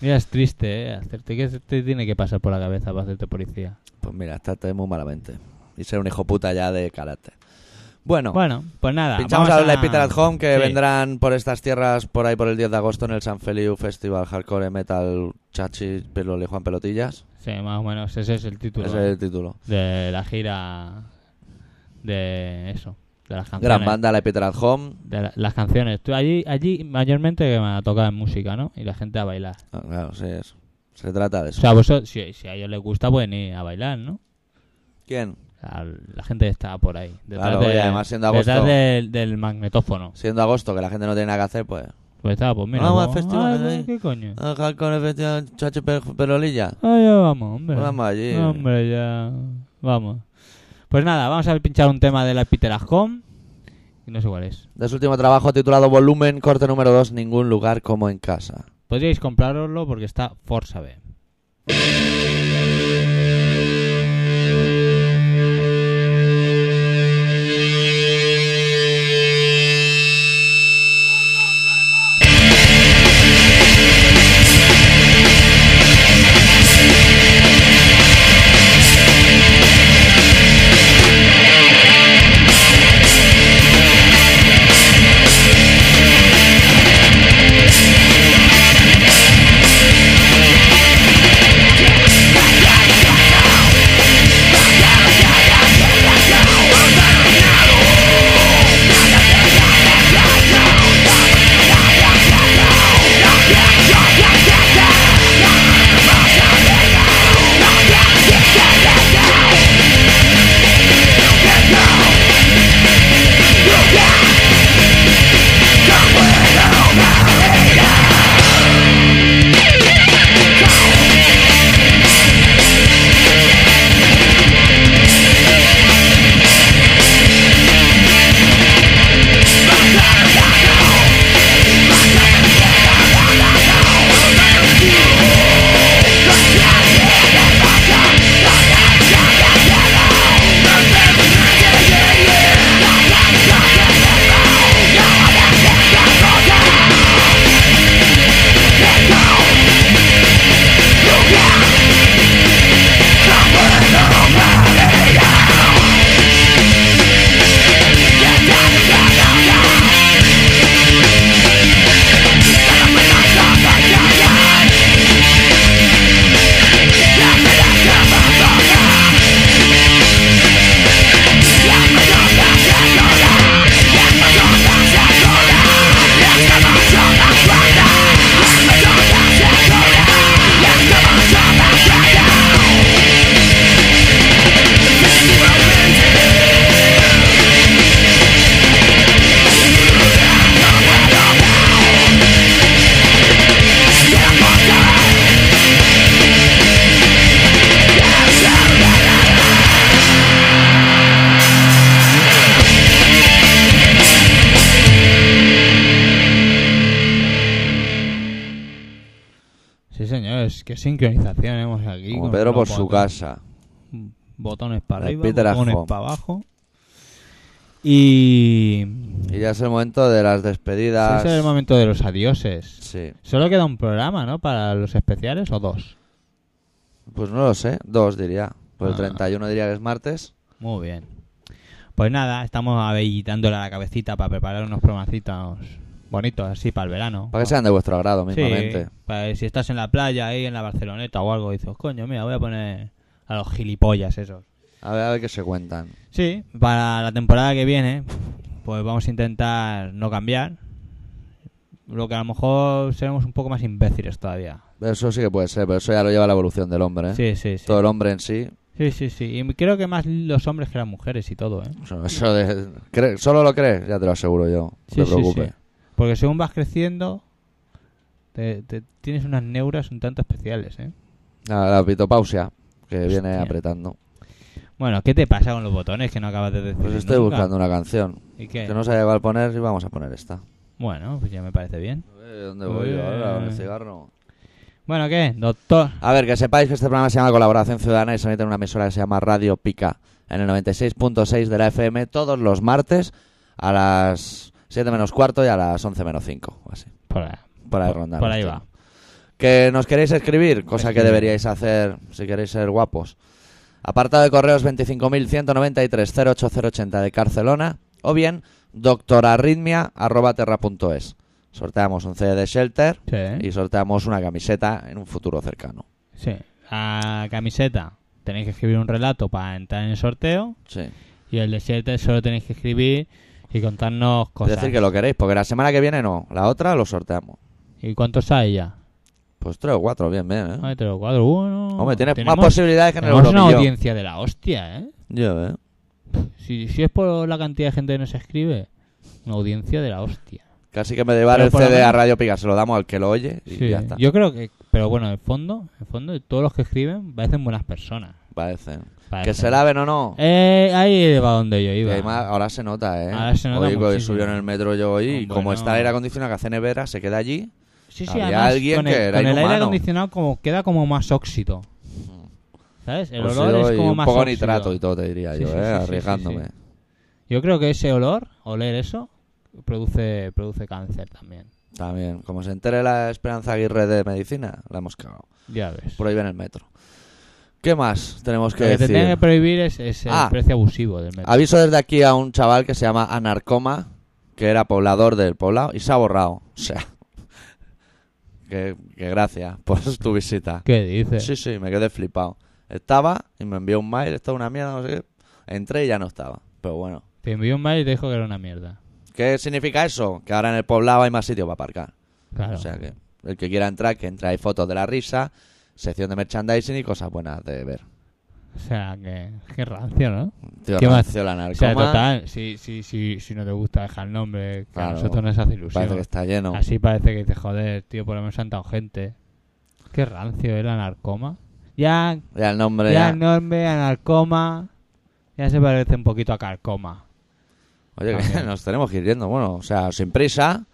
[SPEAKER 2] Mira, es triste, ¿eh? Hacerte que te tiene que pasar por la cabeza para hacerte policía.
[SPEAKER 1] Pues mira, estate muy malamente. Y ser un hijo puta ya de carácter. Bueno,
[SPEAKER 2] Bueno, pues nada.
[SPEAKER 1] pinchamos a los
[SPEAKER 2] vamos
[SPEAKER 1] Light Peter at Home que
[SPEAKER 2] Sí.
[SPEAKER 1] vendrán por estas tierras por ahí por el 10 de agosto en el San Feliu Festival Hardcore Metal Chachi Pelo Juan Pelotillas.
[SPEAKER 2] Sí, más o menos. Ese es el título ¿eh?
[SPEAKER 1] Ese es el título.
[SPEAKER 2] de la gira de eso, de las canciones.
[SPEAKER 1] Gran banda, la Peter at Home.
[SPEAKER 2] De la- las canciones. Tú allí, allí mayormente que van a tocar música, ¿no? Y la gente a bailar.
[SPEAKER 1] Ah, claro, sí, es- Se trata de
[SPEAKER 2] O
[SPEAKER 1] eso.
[SPEAKER 2] sea, vosotros, si, si a ellos les gusta, pueden ir a bailar, ¿no?
[SPEAKER 1] ¿Quién?
[SPEAKER 2] A la gente está por ahí. Detrás,
[SPEAKER 1] Claro,
[SPEAKER 2] de-
[SPEAKER 1] oye, además siendo
[SPEAKER 2] detrás
[SPEAKER 1] agosto.
[SPEAKER 2] del, del magnetófono.
[SPEAKER 1] Siendo agosto, que la gente no tiene nada que hacer, pues.
[SPEAKER 2] Pues está, pues mira.
[SPEAKER 1] Vamos al
[SPEAKER 2] pues,
[SPEAKER 1] festival,
[SPEAKER 2] ay,
[SPEAKER 1] ahí.
[SPEAKER 2] ¿Qué coño?
[SPEAKER 1] Ah, Hardcore Festival Chachi Per- Perolilla.
[SPEAKER 2] Ah, ya vamos, hombre.
[SPEAKER 1] Vamos allí.
[SPEAKER 2] Hombre, ya. Vamos. Pues nada, vamos a pinchar un tema de la Peter Home. Y no sé cuál es.
[SPEAKER 1] De su último trabajo titulado Volumen, corte número 2, Ningún lugar como en casa.
[SPEAKER 2] Podríais compraroslo porque está Forza B. Qué sincronización hemos aquí.
[SPEAKER 1] Como
[SPEAKER 2] con
[SPEAKER 1] Pedro
[SPEAKER 2] los ¿eh?
[SPEAKER 1] por su
[SPEAKER 2] botones.
[SPEAKER 1] casa.
[SPEAKER 2] Botones para
[SPEAKER 1] El
[SPEAKER 2] arriba,
[SPEAKER 1] Peter
[SPEAKER 2] botones
[SPEAKER 1] Ajo.
[SPEAKER 2] para abajo. Y...
[SPEAKER 1] Y ya es el momento de las despedidas.
[SPEAKER 2] Ese es el momento de los adioses.
[SPEAKER 1] Sí.
[SPEAKER 2] Solo queda un programa, ¿no? Para los especiales o dos.
[SPEAKER 1] Pues no lo sé, dos diría. Pues
[SPEAKER 2] Ah.
[SPEAKER 1] el 31 diría que es martes.
[SPEAKER 2] Muy bien. Pues nada, estamos abellitándole a la cabecita para preparar unos programacitos bonitos así para el verano.
[SPEAKER 1] Para que sean de vuestro agrado,
[SPEAKER 2] Sí,
[SPEAKER 1] mismamente.
[SPEAKER 2] para que si estás en la playa ahí en la Barceloneta o algo, dices, coño, mira, voy a poner a los gilipollas esos.
[SPEAKER 1] A ver, a ver qué se cuentan.
[SPEAKER 2] Sí, para la temporada que viene, pues vamos a intentar no cambiar. Lo que a lo mejor seremos un poco más imbéciles todavía.
[SPEAKER 1] Eso sí que puede ser, pero eso ya lo lleva la evolución del hombre, ¿eh?
[SPEAKER 2] Sí, sí, sí.
[SPEAKER 1] Todo el hombre en sí.
[SPEAKER 2] Sí, sí, sí. Y creo que más los hombres que las mujeres y todo, ¿eh?
[SPEAKER 1] Eso, eso de- cre- ¿Solo lo crees? Ya te lo aseguro yo.
[SPEAKER 2] Sí,
[SPEAKER 1] no te
[SPEAKER 2] sí, sí.
[SPEAKER 1] preocupes.
[SPEAKER 2] Porque según vas creciendo, te, te- tienes unas neuras un tanto especiales, ¿eh?
[SPEAKER 1] Nada, la pitopausia, que viene
[SPEAKER 2] Hostia.
[SPEAKER 1] apretando.
[SPEAKER 2] Bueno, ¿qué te pasa con los botones que no acabas de decir?
[SPEAKER 1] Pues estoy
[SPEAKER 2] nunca? Eh.
[SPEAKER 1] buscando una canción.
[SPEAKER 2] ¿Y qué?
[SPEAKER 1] Que no sabía cuál poner y vamos a poner esta.
[SPEAKER 2] Bueno, pues ya me parece bien.
[SPEAKER 1] Eh, ¿Dónde voy yo ahora? ¿Con el cigarro?
[SPEAKER 2] Bueno, ¿qué? Doctor.
[SPEAKER 1] A ver, que sepáis que este programa se llama Colaboración Ciudadana y se emite en una emisora que se llama Radio Pica en el 96.6 de la FM todos los martes a las 7 menos cuarto y a las 11 menos 5. o Así,
[SPEAKER 2] Por ahí,
[SPEAKER 1] por ahí
[SPEAKER 2] por-
[SPEAKER 1] rondar.
[SPEAKER 2] por ahí va.
[SPEAKER 1] Que nos queréis escribir, cosa que
[SPEAKER 2] Escribir.
[SPEAKER 1] deberíais hacer si queréis ser guapos. Apartado de correos 25.193-08080 de Barcelona o bien doctorarritmia.terra.es. Sorteamos un CD de Shelter
[SPEAKER 2] Sí, ¿eh?
[SPEAKER 1] y sorteamos una camiseta en un futuro cercano.
[SPEAKER 2] Sí. La camiseta. Tenéis que escribir un relato para entrar en el sorteo.
[SPEAKER 1] Sí.
[SPEAKER 2] Y el de siete solo tenéis que escribir y contarnos cosas.
[SPEAKER 1] Es decir, que lo queréis, porque la semana que viene no, la otra lo sorteamos.
[SPEAKER 2] ¿Y cuántos hay ya?
[SPEAKER 1] Pues tres o cuatro, bien, bien, ¿eh?
[SPEAKER 2] Hay tres o cuatro. Uno.
[SPEAKER 1] Hombre, tienes
[SPEAKER 2] Tenemos-
[SPEAKER 1] más posibilidades que en el
[SPEAKER 2] tenemos una
[SPEAKER 1] Euromillón.
[SPEAKER 2] audiencia de la hostia, ¿eh?
[SPEAKER 1] Ya, ¿eh?
[SPEAKER 2] Si, si es por la cantidad de gente que nos escribe, una audiencia de la hostia.
[SPEAKER 1] Casi que me llevar
[SPEAKER 2] Pero
[SPEAKER 1] el
[SPEAKER 2] por lo
[SPEAKER 1] CD a
[SPEAKER 2] menos-
[SPEAKER 1] Radio Pica, se lo damos al que lo oye y
[SPEAKER 2] Sí,
[SPEAKER 1] ya está.
[SPEAKER 2] Yo creo que, pero bueno, en el fondo, en el fondo, todos los que escriben parecen buenas personas.
[SPEAKER 1] Parece. Que
[SPEAKER 2] Parecen.
[SPEAKER 1] se laven o no.
[SPEAKER 2] Eh, ahí Ah, va donde yo
[SPEAKER 1] Que
[SPEAKER 2] iba.
[SPEAKER 1] además ahora se nota, ¿eh?
[SPEAKER 2] Ahora se nota
[SPEAKER 1] hoy, hoy
[SPEAKER 2] muchísimo.
[SPEAKER 1] subió en el metro yo hoy y
[SPEAKER 2] Bueno.
[SPEAKER 1] como está el aire acondicionado que hace nevera, se queda allí.
[SPEAKER 2] Sí, sí,
[SPEAKER 1] Había
[SPEAKER 2] además,
[SPEAKER 1] alguien
[SPEAKER 2] con
[SPEAKER 1] que
[SPEAKER 2] el,
[SPEAKER 1] era
[SPEAKER 2] con el aire
[SPEAKER 1] inhumano.
[SPEAKER 2] acondicionado como queda como más óxido. ¿Sabes? El
[SPEAKER 1] Pues
[SPEAKER 2] olor
[SPEAKER 1] yo
[SPEAKER 2] es
[SPEAKER 1] y
[SPEAKER 2] como
[SPEAKER 1] un
[SPEAKER 2] más
[SPEAKER 1] poco
[SPEAKER 2] óxido.
[SPEAKER 1] nitrato y todo, te diría
[SPEAKER 2] Sí,
[SPEAKER 1] yo,
[SPEAKER 2] sí,
[SPEAKER 1] ¿eh?
[SPEAKER 2] sí, sí, sí, sí.
[SPEAKER 1] Arriesgándome.
[SPEAKER 2] Yo creo que ese olor, oler eso, produce produce cáncer también.
[SPEAKER 1] También, como se entere la Esperanza Aguirre de Medicina, la hemos cagado.
[SPEAKER 2] Ya ves.
[SPEAKER 1] Prohíben el metro. ¿Qué más tenemos que
[SPEAKER 2] Lo que te
[SPEAKER 1] decir?
[SPEAKER 2] tienen que prohibir es, es el
[SPEAKER 1] Ah.
[SPEAKER 2] precio abusivo del metro.
[SPEAKER 1] Aviso desde aquí a un chaval que se llama Anarcoma, que era poblador del poblado y se ha borrado. O sea, [laughs] que, que gracias por [laughs] tu visita.
[SPEAKER 2] ¿Qué dices?
[SPEAKER 1] Sí, sí, me quedé flipado. Estaba y me envió un mail, esto es una mierda, no sé qué. Entré y ya no estaba. Pero bueno,
[SPEAKER 2] Te envió un mail y te dijo que era una mierda.
[SPEAKER 1] ¿qué significa eso? Que ahora en el poblado hay más sitio para aparcar.
[SPEAKER 2] Claro.
[SPEAKER 1] O sea que el que quiera entrar, que entre. Hay fotos de la risa, sección de merchandising y cosas buenas de ver.
[SPEAKER 2] O sea, que, que rancio, ¿no?
[SPEAKER 1] Tío,
[SPEAKER 2] ¿Qué más?
[SPEAKER 1] rancio el
[SPEAKER 2] O sea,
[SPEAKER 1] Anarcoma.
[SPEAKER 2] total, si, si, si, si no te gusta dejar nombre, que a
[SPEAKER 1] Claro.
[SPEAKER 2] nosotros nos hace ilusión.
[SPEAKER 1] Parece que está lleno.
[SPEAKER 2] Así parece que dices, joder, tío, por lo menos han dado gente. Qué rancio era narcoma. Ya,
[SPEAKER 1] Ya el nombre
[SPEAKER 2] ya
[SPEAKER 1] ya.
[SPEAKER 2] enorme, anarcoma. Ya se parece un poquito a carcoma.
[SPEAKER 1] Oye, que [laughs]
[SPEAKER 2] También.
[SPEAKER 1] nos tenemos que ir yendo. Bueno, o sea, sin prisa,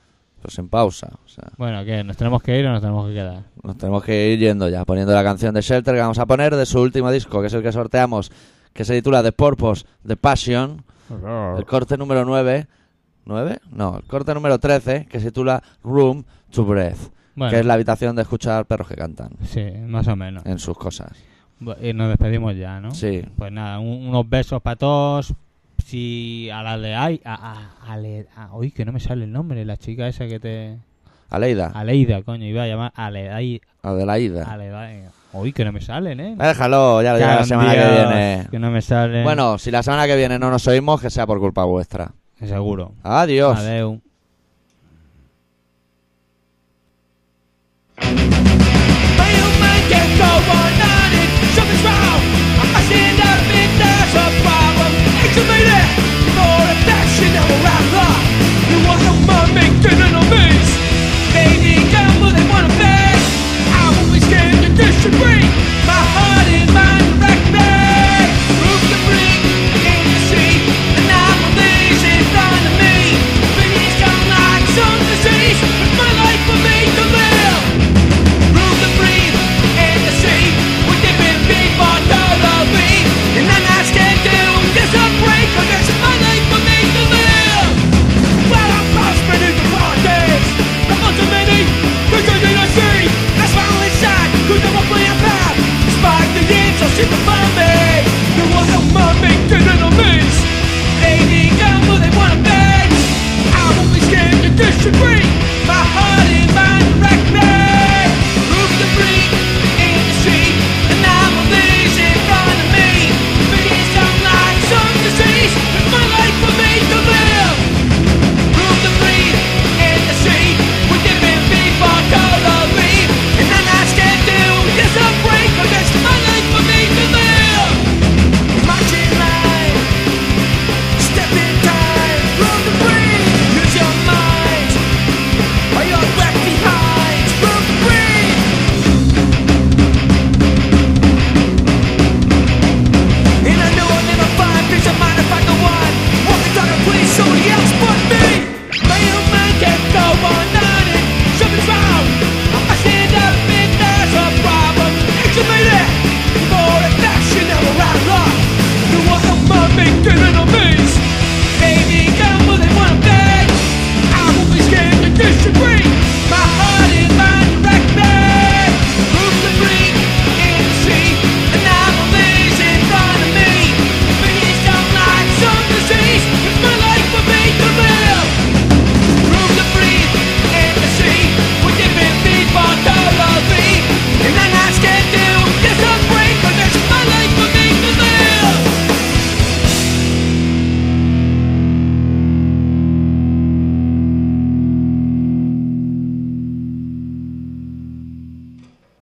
[SPEAKER 1] pero sin pausa. O sea,
[SPEAKER 2] Bueno, ¿qué? ¿Nos tenemos que ir o nos tenemos que quedar?
[SPEAKER 1] nos tenemos que ir yendo ya, poniendo la canción de Shelter que vamos a poner de su último disco, que es el que sorteamos, que se titula The Purpose, The Passion. El corte número 9. ¿9? No, el corte número 13, que se titula Room to Breath,
[SPEAKER 2] Bueno,
[SPEAKER 1] que es la habitación de escuchar perros que cantan
[SPEAKER 2] sí, más o menos.
[SPEAKER 1] en sus cosas.
[SPEAKER 2] Bu- Y nos despedimos ya, ¿no?
[SPEAKER 1] Sí.
[SPEAKER 2] Pues nada, un- unos besos para todos. Si a la de ay, a, a, a le- a- uy, que no me sale el nombre, la chica esa que te.
[SPEAKER 1] Aleida,
[SPEAKER 2] Aleida, coño, iba a llamar Aleida.
[SPEAKER 1] Adelaida.
[SPEAKER 2] Aleida. Uy, que no me salen, ¿eh?
[SPEAKER 1] Ah, Déjalo, ya lo dirá la semana que
[SPEAKER 2] Dios,
[SPEAKER 1] viene.
[SPEAKER 2] Que no me salen.
[SPEAKER 1] Bueno, si la semana que viene no nos oímos, que sea por culpa vuestra.
[SPEAKER 2] seguro.
[SPEAKER 1] Adiós.
[SPEAKER 2] Adeu.
[SPEAKER 4] Thank